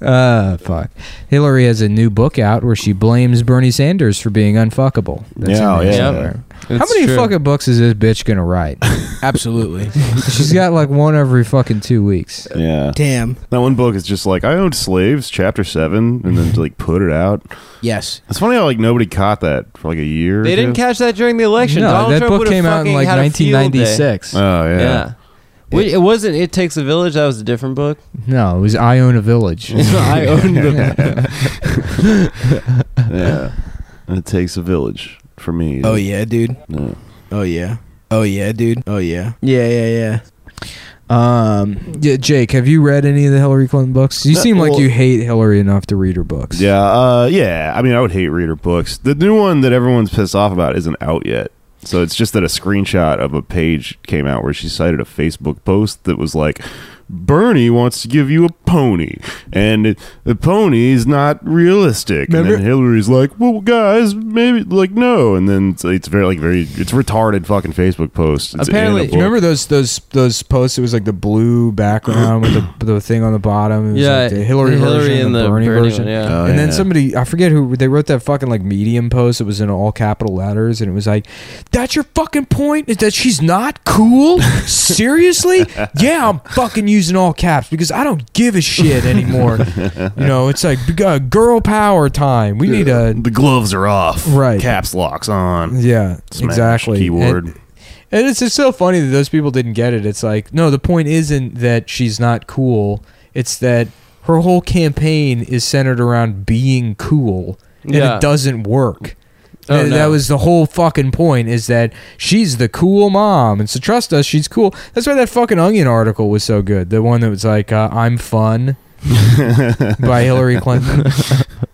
Speaker 1: Uh, fuck. Hillary has a new book out where she blames Bernie Sanders for being unfuckable. in
Speaker 3: Yeah,
Speaker 1: there
Speaker 3: yeah.
Speaker 1: somewhere. How
Speaker 2: It's
Speaker 1: many
Speaker 2: true.
Speaker 1: fucking books is this bitch going to write?
Speaker 4: Absolutely.
Speaker 1: She's got like one every fucking two weeks.
Speaker 3: Yeah.
Speaker 4: Damn.
Speaker 3: That one book is just like I owned slaves, chapter seven, and then like put it out.
Speaker 4: Yes.
Speaker 3: It's funny how like nobody caught that for like a year. or
Speaker 2: They didn't
Speaker 3: two.
Speaker 2: catch that during the election.
Speaker 1: no,
Speaker 2: Donald
Speaker 1: that
Speaker 2: Trump
Speaker 1: book
Speaker 2: would've
Speaker 1: came out in
Speaker 2: fucking
Speaker 1: like
Speaker 2: had a field day.
Speaker 1: 1996.
Speaker 3: Oh yeah.
Speaker 2: Yeah. Wait, it wasn't It Takes a Village. That was a different book.
Speaker 1: No, it was I Own a Village.
Speaker 2: I owned the.
Speaker 3: Yeah. And it takes a village for me.
Speaker 4: Oh yeah, dude.
Speaker 3: No.
Speaker 4: Oh yeah. Oh yeah, dude. Oh yeah. Yeah, yeah,
Speaker 1: yeah. Um, yeah, Jake, have you read any of the Hillary Clinton books? You
Speaker 3: No,
Speaker 1: seem like
Speaker 3: well-
Speaker 1: you hate Hillary enough to read her books.
Speaker 3: Yeah, uh, yeah. I mean, I would hate reader books. The new one that everyone's pissed off about isn't out yet. So it's just that a screenshot of a page came out where she cited a Facebook post that was like, Bernie wants to give you a pony, and it- the pony is not realistic.
Speaker 1: Remember-
Speaker 3: And then Hillary's like, "Well, guys, maybe like no." And then it's, it's very like very it's retarded fucking Facebook post. It's in a
Speaker 1: Apparently,
Speaker 3: book.
Speaker 1: you remember those those those posts? It was like the blue background with the, the thing on the bottom. It was
Speaker 2: Yeah,
Speaker 1: like the Hillary,
Speaker 2: the Hillary
Speaker 1: version,
Speaker 2: and
Speaker 1: the,
Speaker 2: the
Speaker 1: Bernie,
Speaker 2: Bernie
Speaker 1: version.
Speaker 2: one, yeah.
Speaker 3: Oh,
Speaker 1: and then
Speaker 3: yeah.
Speaker 1: somebody, I forget who, they wrote that fucking like medium post. It was in all capital letters, and it was like, "That's your fucking point? Is that she's not cool? Seriously? yeah, I'm fucking using all caps because I don't give a shit anymore. you know, it's like uh, girl power time. We need a
Speaker 3: the gloves are off,
Speaker 1: Right.
Speaker 3: Caps locks on.
Speaker 1: yeah,
Speaker 3: Smash
Speaker 1: exactly
Speaker 3: Keyboard.
Speaker 1: And- and it's just so funny that those people didn't get it. It's like, no, the point isn't that she's not cool. It's that her whole campaign is centered around being cool, and
Speaker 2: Yeah.
Speaker 1: it doesn't work.
Speaker 2: Oh,
Speaker 1: And
Speaker 2: no.
Speaker 1: That was the whole fucking point is that she's the cool mom. And so trust us, she's cool. That's why that fucking Onion article was so good. The one that was like, uh, I'm fun by Hillary Clinton.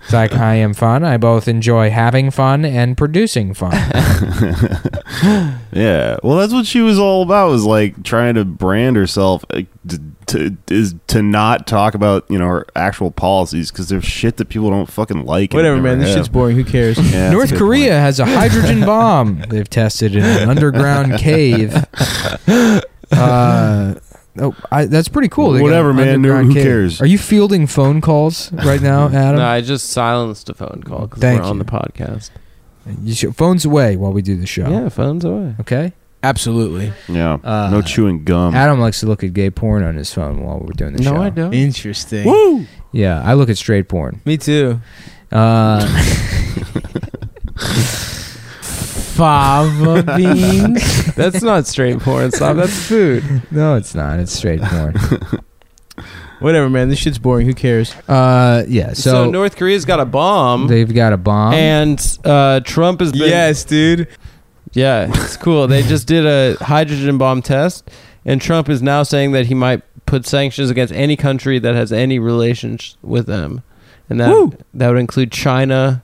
Speaker 1: It's like, I am fun. I both enjoy having fun and producing fun.
Speaker 3: Yeah, well, that's what she was all about was like trying to brand herself uh, t- to is to not talk about you know her actual policies because there's shit that people don't fucking like. and
Speaker 4: Whatever,
Speaker 3: never
Speaker 4: man. This
Speaker 3: have.
Speaker 4: shit's boring. Who cares?
Speaker 3: Yeah, that's a
Speaker 1: North
Speaker 3: good
Speaker 1: Korea has a hydrogen bomb they've tested in an underground cave. Uh, oh, I, that's pretty cool. They got
Speaker 3: Whatever,
Speaker 1: an
Speaker 3: man. No-
Speaker 1: underground
Speaker 3: who
Speaker 1: cave.
Speaker 3: cares?
Speaker 1: Are you fielding phone calls right now, Adam?
Speaker 2: No, I just silenced a phone call because
Speaker 1: Thank
Speaker 2: we're on
Speaker 1: you.
Speaker 2: the podcast.
Speaker 1: You should, phones away while we do the show.
Speaker 2: Yeah, phone's away.
Speaker 1: Okay.
Speaker 4: Absolutely.
Speaker 3: point. Yeah,
Speaker 1: Uh,
Speaker 3: no chewing gum.
Speaker 1: Adam likes to look at gay porn on his phone while we're doing the show.
Speaker 2: don't.
Speaker 4: Interesting.
Speaker 3: Woo!
Speaker 1: Yeah, I look at straight porn.
Speaker 4: Me too.
Speaker 1: Uh,
Speaker 4: Fava beans.
Speaker 2: That's not straight porn stuff. That's food.
Speaker 1: no, it's not. It's straight porn.
Speaker 4: Whatever, man. This shit's boring. Who cares?
Speaker 1: Uh, yeah.
Speaker 2: So,
Speaker 1: So,
Speaker 2: North Korea's got a bomb,
Speaker 1: they've got a bomb.
Speaker 2: and uh, Trump has been.
Speaker 4: dude.
Speaker 2: yeah, it's cool. They just did a hydrogen bomb test, and Trump is now saying that he might put sanctions against any country that has any relations with them, and that
Speaker 4: Woo.
Speaker 2: that would include China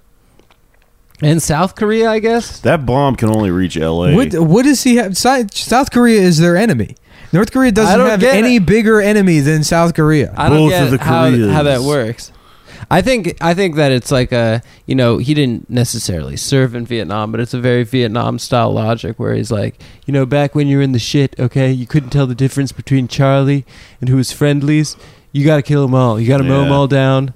Speaker 2: and South Korea, I guess.
Speaker 3: That bomb can only reach L.A.
Speaker 1: What what does he have? Si- South Korea is their enemy. North Korea doesn't
Speaker 2: don't
Speaker 1: have
Speaker 2: get
Speaker 1: any bigger enemy than South Korea.
Speaker 2: I don't
Speaker 3: Both of
Speaker 2: get
Speaker 3: the
Speaker 2: how, how that
Speaker 3: Koreas.
Speaker 2: works. I think I think that it's like a you know he didn't necessarily serve in Vietnam, but it's a very Vietnam style logic where he's like you know back when you were in the shit, okay, you couldn't tell the difference between Charlie and who was friendlies. You got to kill them all. You got to 'em mow them
Speaker 3: Yeah.
Speaker 2: all down.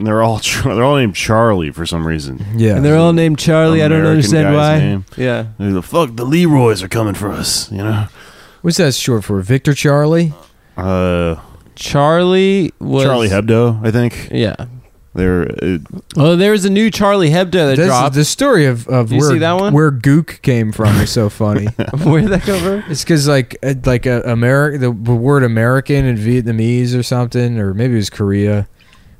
Speaker 3: And they're all Char- they're all named Charlie for some reason.
Speaker 1: yeah.
Speaker 2: and they're all named Charlie. I don't
Speaker 3: American
Speaker 2: understand
Speaker 3: guy's
Speaker 2: why.
Speaker 3: name.
Speaker 2: Yeah.
Speaker 3: They're the fuck the Leroys are coming for us. You know.
Speaker 1: What's that short for? Victor Charlie?
Speaker 3: Uh,
Speaker 2: Charlie was
Speaker 3: Charlie Hebdo, I think.
Speaker 2: Yeah.
Speaker 3: They're uh,
Speaker 2: Oh, there's a new Charlie Hebdo that
Speaker 1: This-
Speaker 2: dropped.
Speaker 1: the story of, of
Speaker 2: You
Speaker 1: where,
Speaker 2: see that one?
Speaker 1: where Gook came from is so funny.
Speaker 2: Where'd that go over?
Speaker 1: it's because like uh, like uh, Ameri- the word American in Vietnamese or something, or maybe it was Korea,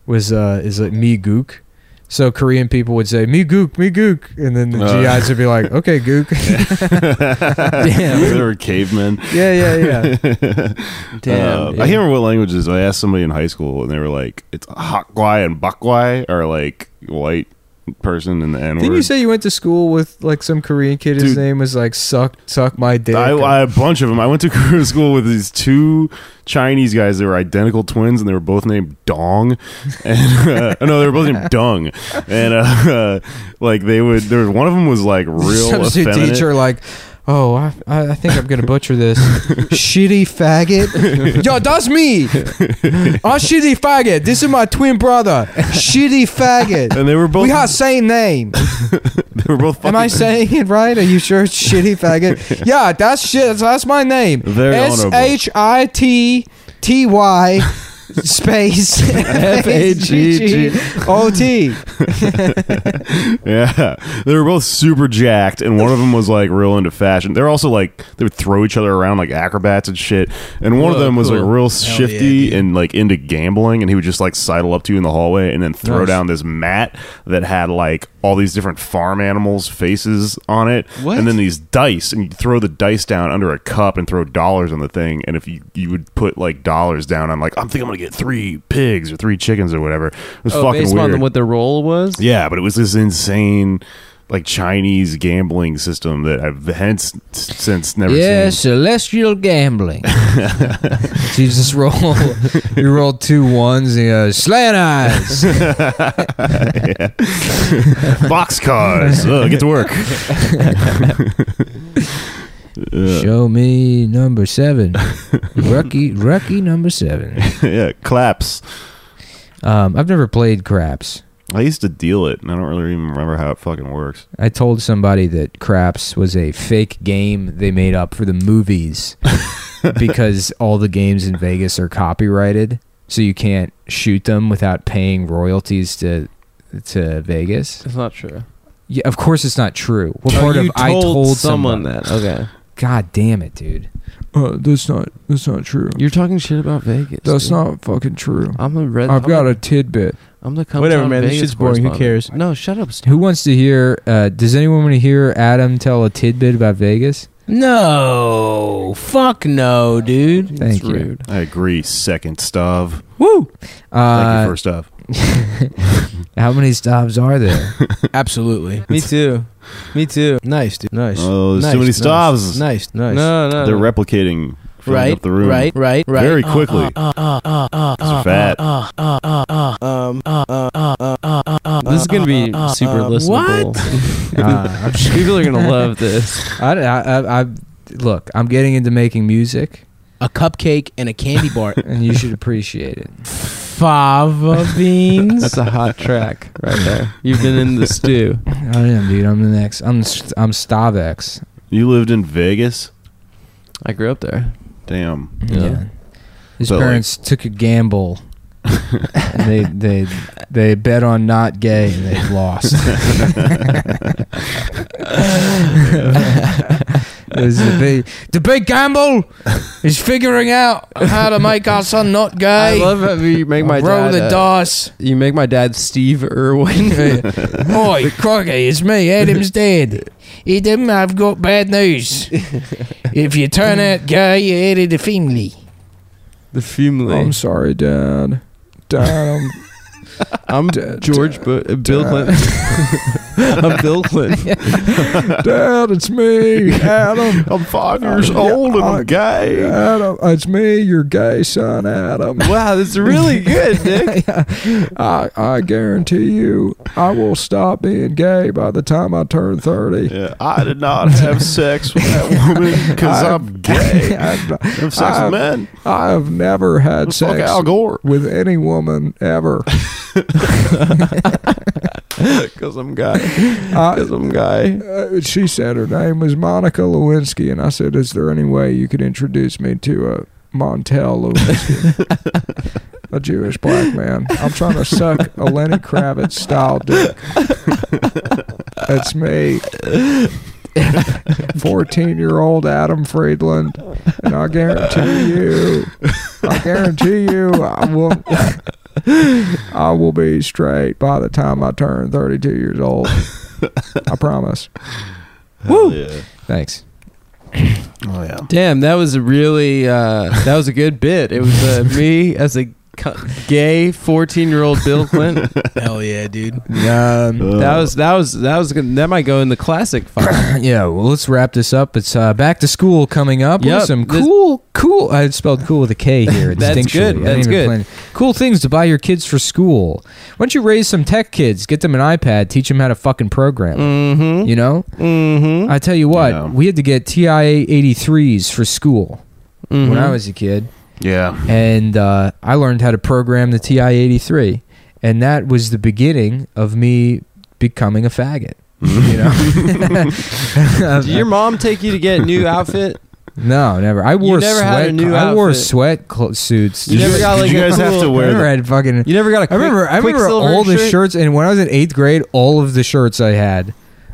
Speaker 1: was uh, is like me Gook. So Korean people would say me Gook, me Gook, and then the
Speaker 3: Uh.
Speaker 1: GIs would be like, okay, Gook.
Speaker 3: damn. They were cavemen.
Speaker 1: yeah, yeah, yeah.
Speaker 2: Damn.
Speaker 3: Uh,
Speaker 2: dude.
Speaker 3: I can't remember what languages. I asked somebody in high school, and they were like, "It's Hakwai and Bakwai are like white person in the N
Speaker 1: Didn't you
Speaker 3: word."
Speaker 1: say you went to school with like some Korean kid? His
Speaker 3: Dude.
Speaker 1: name was like suck suck my dick.
Speaker 3: I, I, a bunch of them. I went to Korean school with these two Chinese guys. They were identical twins, and they were both named Dong. And uh, no, they were both named Dung. And uh, like they would, there was one of them was like real
Speaker 1: substitute
Speaker 3: effeminate.
Speaker 1: teacher like. Oh, I, I I think I'm gonna butcher this. shitty faggot. Yo, that's me. I'm shitty faggot. This is my twin brother. Shitty faggot.
Speaker 3: And they were both.
Speaker 1: We got same name.
Speaker 3: they were both.
Speaker 1: Am I
Speaker 3: fucking-
Speaker 1: saying it right? Are you sure it's shitty faggot? Yeah, that's shit. That's my name.
Speaker 3: Very
Speaker 1: S
Speaker 3: honorable.
Speaker 1: H I T T Y
Speaker 5: space
Speaker 2: F A
Speaker 3: E
Speaker 2: G G.
Speaker 1: E
Speaker 5: O T.
Speaker 3: Yeah, they were both super jacked, and one of them was like real into fashion. They're also like they would throw each other around like acrobats and shit. And one of
Speaker 2: Whoa,
Speaker 3: them was
Speaker 2: cool.
Speaker 3: like real
Speaker 4: yeah,
Speaker 3: shifty
Speaker 4: dude.
Speaker 3: and like into gambling, and he would just like sidle up to you in the hallway and then throw
Speaker 1: Nice.
Speaker 3: down this mat that had like all these different farm animals' faces on it,
Speaker 2: What?
Speaker 3: and then these dice, and you throw the dice down under a cup and throw dollars on the thing, and if you you would put like dollars down on like I'm thinking I'm gonna get three pigs or three chickens or whatever. It was
Speaker 2: Oh,
Speaker 3: fucking
Speaker 2: based
Speaker 3: weird.
Speaker 2: on what the role was.
Speaker 3: Yeah, but it was this insane like Chinese gambling system that I've hence since never
Speaker 1: Yeah,
Speaker 3: seen.
Speaker 1: celestial gambling. so you just roll, you roll two ones and you go, slant eyes.
Speaker 3: Box cars. Ugh, get to work.
Speaker 1: Show me number seven. Rucky, Rucky number seven.
Speaker 3: yeah, claps.
Speaker 1: Um, I've never played craps.
Speaker 3: I used to deal it, and I don't really even remember how it fucking works.
Speaker 1: I told somebody that craps was a fake game they made up for the movies because all the games in Vegas are copyrighted, so you can't shoot them without paying royalties to to Vegas.
Speaker 2: It's not true.
Speaker 1: Yeah, of course it's not true. What
Speaker 2: Oh,
Speaker 1: part
Speaker 2: you
Speaker 1: of I told someone
Speaker 2: that. Okay,
Speaker 1: God damn it, dude.
Speaker 6: Uh, that's not that's not true.
Speaker 2: you're talking shit about Vegas.
Speaker 6: That's
Speaker 2: dude.
Speaker 6: not fucking true.
Speaker 2: I'm a red.
Speaker 6: I've
Speaker 2: I'm
Speaker 6: got
Speaker 2: a,
Speaker 6: a tidbit.
Speaker 2: I'm the Cumtown
Speaker 4: Whatever, man, this
Speaker 2: Vegas
Speaker 4: shit's boring. Who
Speaker 2: correspondent.
Speaker 4: cares?
Speaker 2: No, shut up.
Speaker 1: Who wants to hear? Uh, does anyone want to hear Adam tell a tidbit about Vegas?
Speaker 4: No, fuck no, dude.
Speaker 1: Thank you.
Speaker 2: rude.
Speaker 3: I agree. Second stav.
Speaker 4: Woo!
Speaker 3: Thank
Speaker 1: Uh,
Speaker 3: you, first stav.
Speaker 1: how many stops are there?
Speaker 4: Absolutely.
Speaker 5: Me too. Me too.
Speaker 4: Nice, dude. Nice.
Speaker 3: Oh, there's
Speaker 4: nice,
Speaker 3: too many
Speaker 4: nice,
Speaker 3: stavs.
Speaker 4: Nice, nice.
Speaker 2: No, no,
Speaker 3: They're
Speaker 2: no.
Speaker 3: replicating filling
Speaker 4: Right,
Speaker 3: up the room.
Speaker 4: right, right, right. Uh,
Speaker 3: Very quickly. They're fat.
Speaker 4: uh, um,
Speaker 2: This is gonna be super listenable.
Speaker 1: Uh, I'm sure-
Speaker 2: uh, People are gonna love this.
Speaker 1: I, I, I, I, look, I'm getting into making music,
Speaker 4: A cupcake and a candy bar.
Speaker 1: and you should appreciate it.
Speaker 4: Fava beans.
Speaker 2: That's a hot track right there. You've been in the stew.
Speaker 1: I am, dude. I'm the next. I'm st- I'm Stavex.
Speaker 3: you lived in Vegas?
Speaker 2: I grew up there.
Speaker 3: Damn.
Speaker 2: Yeah.
Speaker 1: His
Speaker 3: But, like-
Speaker 1: parents took a gamble. and they they they bet on not gay and they lost. it was the big the big gamble is figuring out how to make our son not
Speaker 2: I
Speaker 1: gay.
Speaker 2: love how you make my
Speaker 1: Roll
Speaker 2: dad.
Speaker 1: the
Speaker 2: uh,
Speaker 1: dice.
Speaker 2: You make my dad Steve Irwin.
Speaker 1: Oi, Croggy, it's me. Adam's dead. He didn't. I've got bad news. If you turn out gay, you added a family.
Speaker 2: the family.
Speaker 6: I'm sorry, Dad. Dad, I'm
Speaker 2: I'm
Speaker 6: Dad,
Speaker 2: George, but uh, Bill Clinton. I'm Bill Clinton.
Speaker 6: Dad. It's me, Adam.
Speaker 3: I'm five years
Speaker 6: Uh, yeah,
Speaker 3: old and
Speaker 6: uh,
Speaker 3: I'm gay.
Speaker 6: Adam, it's me, your gay son, Adam.
Speaker 2: Wow, that's really good, Nick.
Speaker 6: I I guarantee you, I will stop being gay by the time I turn thirty.
Speaker 3: Yeah, I did not have sex with that woman because
Speaker 6: I-
Speaker 3: I'm gay. I
Speaker 6: I,
Speaker 3: have sex
Speaker 6: I-
Speaker 3: with men.
Speaker 6: I have never had
Speaker 3: Fuck
Speaker 6: sex
Speaker 3: Al Gore.
Speaker 6: with any woman ever.
Speaker 2: Because I'm guy.
Speaker 6: I,
Speaker 2: Because I'm guy.
Speaker 6: uh, she said her name was Monica Lewinsky, and I said, "Is there any way you could introduce me to a Montel Lewinsky, a Jewish black man? I'm trying to suck a Lenny Kravitz style dick. That's me." 14 year old Adam Friedland, and I guarantee you, I guarantee you, I will, I will be straight by the time I turn 32 years old. I promise.
Speaker 3: Woo. Yeah.
Speaker 1: Thanks.
Speaker 3: Oh yeah.
Speaker 2: Damn, that was a really uh, that was a good bit. It was uh, me as a cu- gay fourteen year old Bill Clinton.
Speaker 4: Hell yeah, dude.
Speaker 1: Um,
Speaker 2: That was that was that was good. that might go in the classic file.
Speaker 1: yeah, well, let's wrap this up. It's uh, back to school coming up.
Speaker 2: Yep,
Speaker 1: With some
Speaker 2: this-
Speaker 1: cool, cool. I spelled cool with a K here.
Speaker 2: That's
Speaker 1: distinctually.
Speaker 2: good,
Speaker 1: I didn't
Speaker 2: that's
Speaker 1: even
Speaker 2: good.
Speaker 1: plan- Cool things to buy your kids for school. Why don't you raise some tech kids? Get them an iPad. Teach them how to fucking program.
Speaker 2: Mm-hmm.
Speaker 1: You know,
Speaker 2: Mm-hmm.
Speaker 1: I tell you what,
Speaker 3: Yeah.
Speaker 1: we had to get TIA 83s for school when
Speaker 2: Mm-hmm.
Speaker 1: I was a kid,
Speaker 3: yeah.
Speaker 1: and uh, I learned how to program the TI 83, and that was the beginning of me becoming a faggot. You know,
Speaker 2: Did your mom take you to get a new outfit?
Speaker 1: No, never. I wore
Speaker 2: never had
Speaker 1: sweat.
Speaker 2: a new
Speaker 1: I wore
Speaker 2: outfit.
Speaker 1: sweat cl- suits.
Speaker 2: You
Speaker 1: to-
Speaker 2: never got,
Speaker 3: Did
Speaker 2: like,
Speaker 3: you
Speaker 2: a
Speaker 3: guys have
Speaker 2: cool-
Speaker 3: to
Speaker 1: I
Speaker 3: wear
Speaker 1: never
Speaker 3: them?
Speaker 1: had fucking.
Speaker 2: You never got a
Speaker 1: I
Speaker 2: quick,
Speaker 1: remember. I remember
Speaker 2: Quicksilver
Speaker 1: all the
Speaker 2: shirt?
Speaker 1: shirts, and when I was in eighth grade, all of the shirts I had.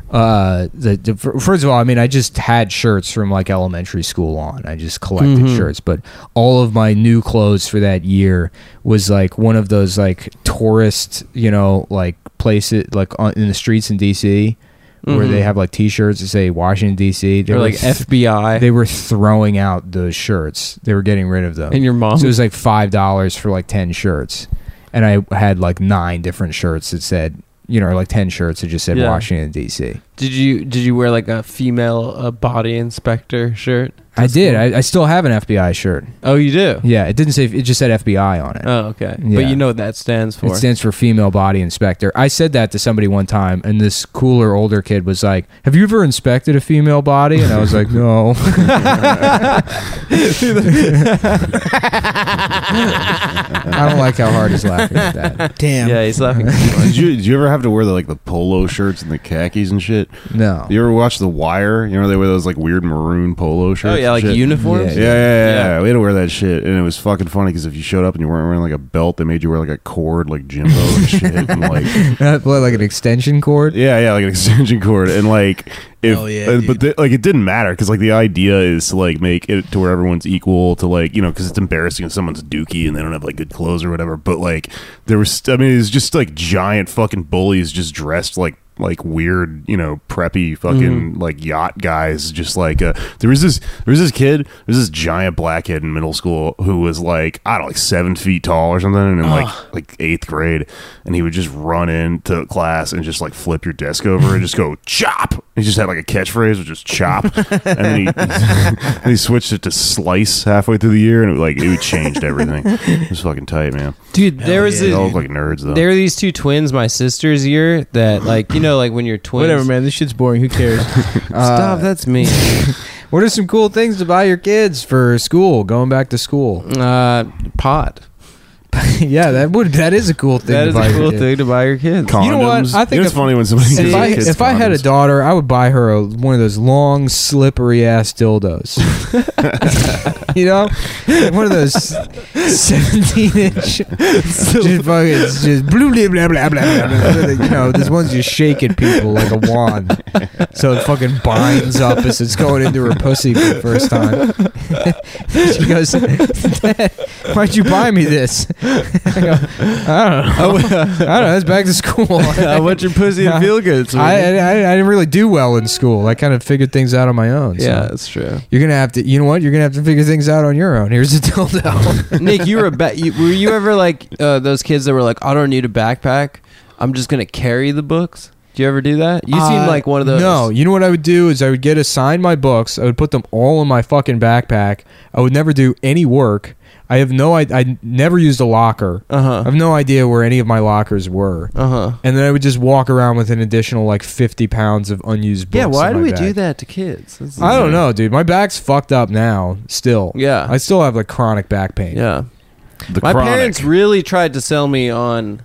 Speaker 1: Uh, the, the, fir- first of all, I mean, I just had shirts from like elementary school on. I just collected
Speaker 2: Mhm.
Speaker 1: shirts, but all of my new clothes for that year was like one of those like tourist, you know, like places like on, in the streets in DC where
Speaker 2: Mhm.
Speaker 1: they have like T-shirts that say Washington DC. They
Speaker 2: Or
Speaker 1: were
Speaker 2: like
Speaker 1: th-
Speaker 2: FBI
Speaker 1: They were throwing out those shirts. They were getting rid of them.
Speaker 2: and your mom.
Speaker 1: So it was like five dollars for like ten shirts, and I had like nine different shirts that said, you know, or like ten shirts that just said
Speaker 2: Yeah.
Speaker 1: Washington D.C.
Speaker 2: Did you did you wear like a female uh, body inspector shirt?
Speaker 1: I did. I, I still have an FBI shirt.
Speaker 2: Oh, you do.
Speaker 1: Yeah, it didn't say. It just said FBI on it.
Speaker 2: Oh, okay.
Speaker 1: Yeah.
Speaker 2: But you know what that stands for.
Speaker 1: It stands for female body inspector. I said that to somebody one time, and this cooler older kid was like, "Have you ever inspected a female body?" And I was like, "No." I don't like how hard he's laughing at that.
Speaker 4: Damn.
Speaker 2: yeah, he's laughing.
Speaker 3: did you did you ever have to wear the like the polo shirts and the khakis and shit?
Speaker 1: No.
Speaker 3: You ever watch The Wire? You know they wear those like weird maroon polo shirts.
Speaker 2: oh yeah,
Speaker 3: and
Speaker 2: like
Speaker 3: shit?
Speaker 2: uniforms.
Speaker 3: Yeah, yeah, yeah, yeah.
Speaker 2: Yeah.
Speaker 3: We had to wear that shit, and it was fucking funny because if you showed up and you weren't wearing like a belt, they made you wear like a cord, like Jimbo and shit, and like
Speaker 1: What, like an extension cord?
Speaker 3: yeah, yeah, like an extension cord, and like if,
Speaker 4: Hell yeah,
Speaker 3: uh,
Speaker 4: dude.
Speaker 3: but the, like it didn't matter because like the idea is to like make it to where everyone's equal to like you know because it's embarrassing if someone's dookie and they don't have like good clothes or whatever. But like there was, I mean, it was just like giant fucking bullies just dressed like like weird, you know, preppy fucking like yacht guys. Just like uh, there was this there was this kid, there was this giant black kid in middle school who was like I don't know, like seven feet tall or something, and in like like eighth grade, and he would just run into class and just like flip your desk over and just go chop. He just had like a catchphrase, which was chop, and then he and he switched it to slice halfway through the year, and it like it changed everything. It was fucking tight, man.
Speaker 2: Dude, there was
Speaker 3: They
Speaker 2: a,
Speaker 3: all look like nerds though.
Speaker 2: there were these two twins my sister's year that like you know like when you're twins. Uh,
Speaker 4: Whatever, man. This shit's boring. Who cares?
Speaker 2: Stop. That's me.
Speaker 1: What are some cool things to buy your kids for school? Going back to school.
Speaker 2: Uh, pot.
Speaker 1: yeah, that would that is a cool thing.
Speaker 2: That
Speaker 1: to
Speaker 2: is
Speaker 1: buy
Speaker 2: a
Speaker 1: your
Speaker 2: cool
Speaker 1: kid.
Speaker 2: thing to buy your kids.
Speaker 3: condoms.
Speaker 1: You know what? I
Speaker 3: You
Speaker 1: think
Speaker 3: know,
Speaker 1: if-
Speaker 3: it's funny when somebody
Speaker 1: If
Speaker 3: gives
Speaker 1: I,
Speaker 3: kids
Speaker 1: if I had a
Speaker 3: condoms.
Speaker 1: daughter, I would buy her a, one of those long, slippery ass dildos. you know, Like one of those seventeen inch, just fucking just blue, blah blah blah blah. blah. You know, this one's just shaking people like a wand, so it fucking binds up as it's going into her pussy for the first time. she goes, "Dad, "Why'd you buy me this?" I, go, I don't know. I don't know. It's back to school.
Speaker 2: I want your pussy to feel good.
Speaker 1: I,
Speaker 2: sweetie.
Speaker 1: I, I didn't really do well in school. I kind of figured things out on my own. So.
Speaker 2: yeah, that's true.
Speaker 1: You're gonna have to. You know what? You're gonna have to figure things out on your own. Here's a dildo.
Speaker 2: Nick, you were a ba- you, were you ever like uh, those kids that were like, I don't need a backpack. I'm just gonna carry the books. Do you ever do that? You seem
Speaker 1: Uh,
Speaker 2: like one of those.
Speaker 1: No. You know what I would do is I would get assigned my books. I would put them all in my fucking backpack. I would never do any work. I have no. I, I never used a locker.
Speaker 2: Uh
Speaker 1: I
Speaker 2: huh.
Speaker 1: have no idea where any of my lockers were.
Speaker 2: Uh huh.
Speaker 1: And then I would just walk around with an additional like 50 pounds of unused books.
Speaker 2: Yeah. Why
Speaker 1: in
Speaker 2: do
Speaker 1: my
Speaker 2: we
Speaker 1: bag.
Speaker 2: do that to kids? This is-
Speaker 1: I don't know, dude. My back's fucked up now. Still.
Speaker 2: Yeah.
Speaker 1: I still have like chronic back pain.
Speaker 2: yeah.
Speaker 3: the
Speaker 2: My
Speaker 3: chronic.
Speaker 2: parents really tried to sell me on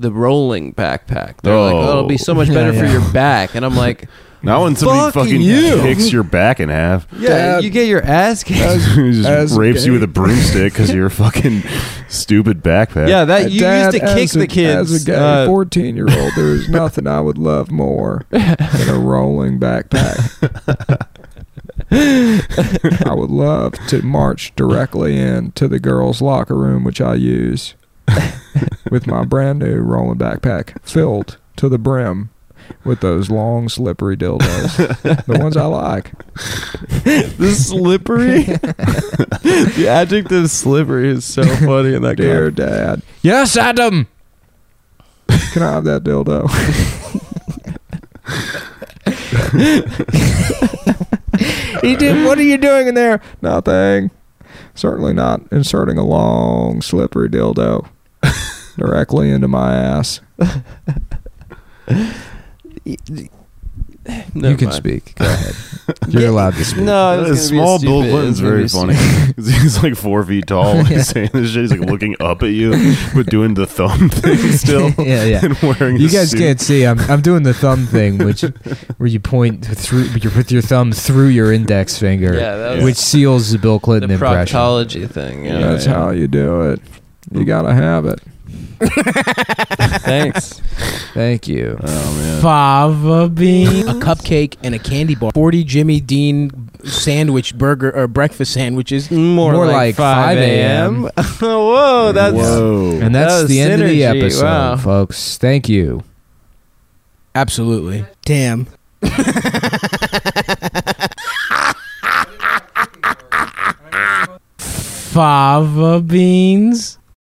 Speaker 2: the rolling backpack. They're like,
Speaker 3: Oh.
Speaker 2: oh, it'll be so much
Speaker 1: Yeah,
Speaker 2: better for
Speaker 1: yeah.
Speaker 2: your back. And I'm like,
Speaker 3: Not when somebody
Speaker 2: Fuck
Speaker 3: fucking
Speaker 2: you.
Speaker 3: kicks your back in half.
Speaker 2: yeah,
Speaker 1: Dad.
Speaker 2: you get your ass kicked.
Speaker 3: just
Speaker 1: as
Speaker 3: rapes
Speaker 1: gay.
Speaker 3: you with a broomstick because you're a fucking stupid backpack.
Speaker 2: yeah, that you
Speaker 6: Dad,
Speaker 2: used to kick
Speaker 6: as a-
Speaker 2: the kids.
Speaker 6: As a gay
Speaker 2: uh,
Speaker 6: 14 year old, there's nothing I would love more than a rolling backpack. I would love to march directly into the girls' locker room, which I use with my brand new rolling backpack filled to the brim with those long, slippery dildos. the ones I like.
Speaker 2: this is slippery. the adjective slippery is so funny in that
Speaker 6: Dear Dad,
Speaker 1: Yes, Adam.
Speaker 6: can I have that dildo?
Speaker 1: He did. What are you doing in there?
Speaker 6: Nothing. Certainly not inserting a long, slippery dildo directly into my ass.
Speaker 2: Never
Speaker 5: you can
Speaker 2: mind.
Speaker 5: speak. Go ahead. You're allowed to speak.
Speaker 2: No, it was
Speaker 3: Uh,
Speaker 2: Oh, gonna be
Speaker 3: small
Speaker 2: a stupid,
Speaker 3: Bill
Speaker 2: it was
Speaker 3: Clinton's
Speaker 2: gonna be
Speaker 3: very
Speaker 2: a
Speaker 3: funny.
Speaker 2: stupid-
Speaker 3: 'Cause he's like four feet tall. when He's saying this shit. He's like looking up at you, but doing the thumb thing still,
Speaker 1: yeah, yeah.
Speaker 3: and wearing.
Speaker 1: You
Speaker 3: the
Speaker 1: guys
Speaker 3: suit.
Speaker 1: can't see. I'm I'm doing the thumb thing, which where you point through you with your thumb through your index finger,
Speaker 2: Yeah, that was
Speaker 1: which seals the Bill
Speaker 2: the
Speaker 1: Clinton impression.
Speaker 2: proctology thing. Yeah,
Speaker 6: That's
Speaker 2: yeah.
Speaker 6: how you do it. You gotta have it.
Speaker 2: Thanks.
Speaker 1: Thank you.
Speaker 3: Oh man.
Speaker 4: Fava bean, a cupcake, and a candy bar. Forty Jimmy Dean sandwich burger or breakfast sandwiches.
Speaker 2: More,
Speaker 1: More like 5 a.m..
Speaker 2: Whoa, that's
Speaker 3: Whoa.
Speaker 1: And
Speaker 2: That
Speaker 1: that's
Speaker 2: was
Speaker 1: the end of the
Speaker 2: Oh, synergy,
Speaker 1: episode,
Speaker 2: wow.
Speaker 1: folks. Thank you.
Speaker 4: Absolutely. Damn. Fava beans.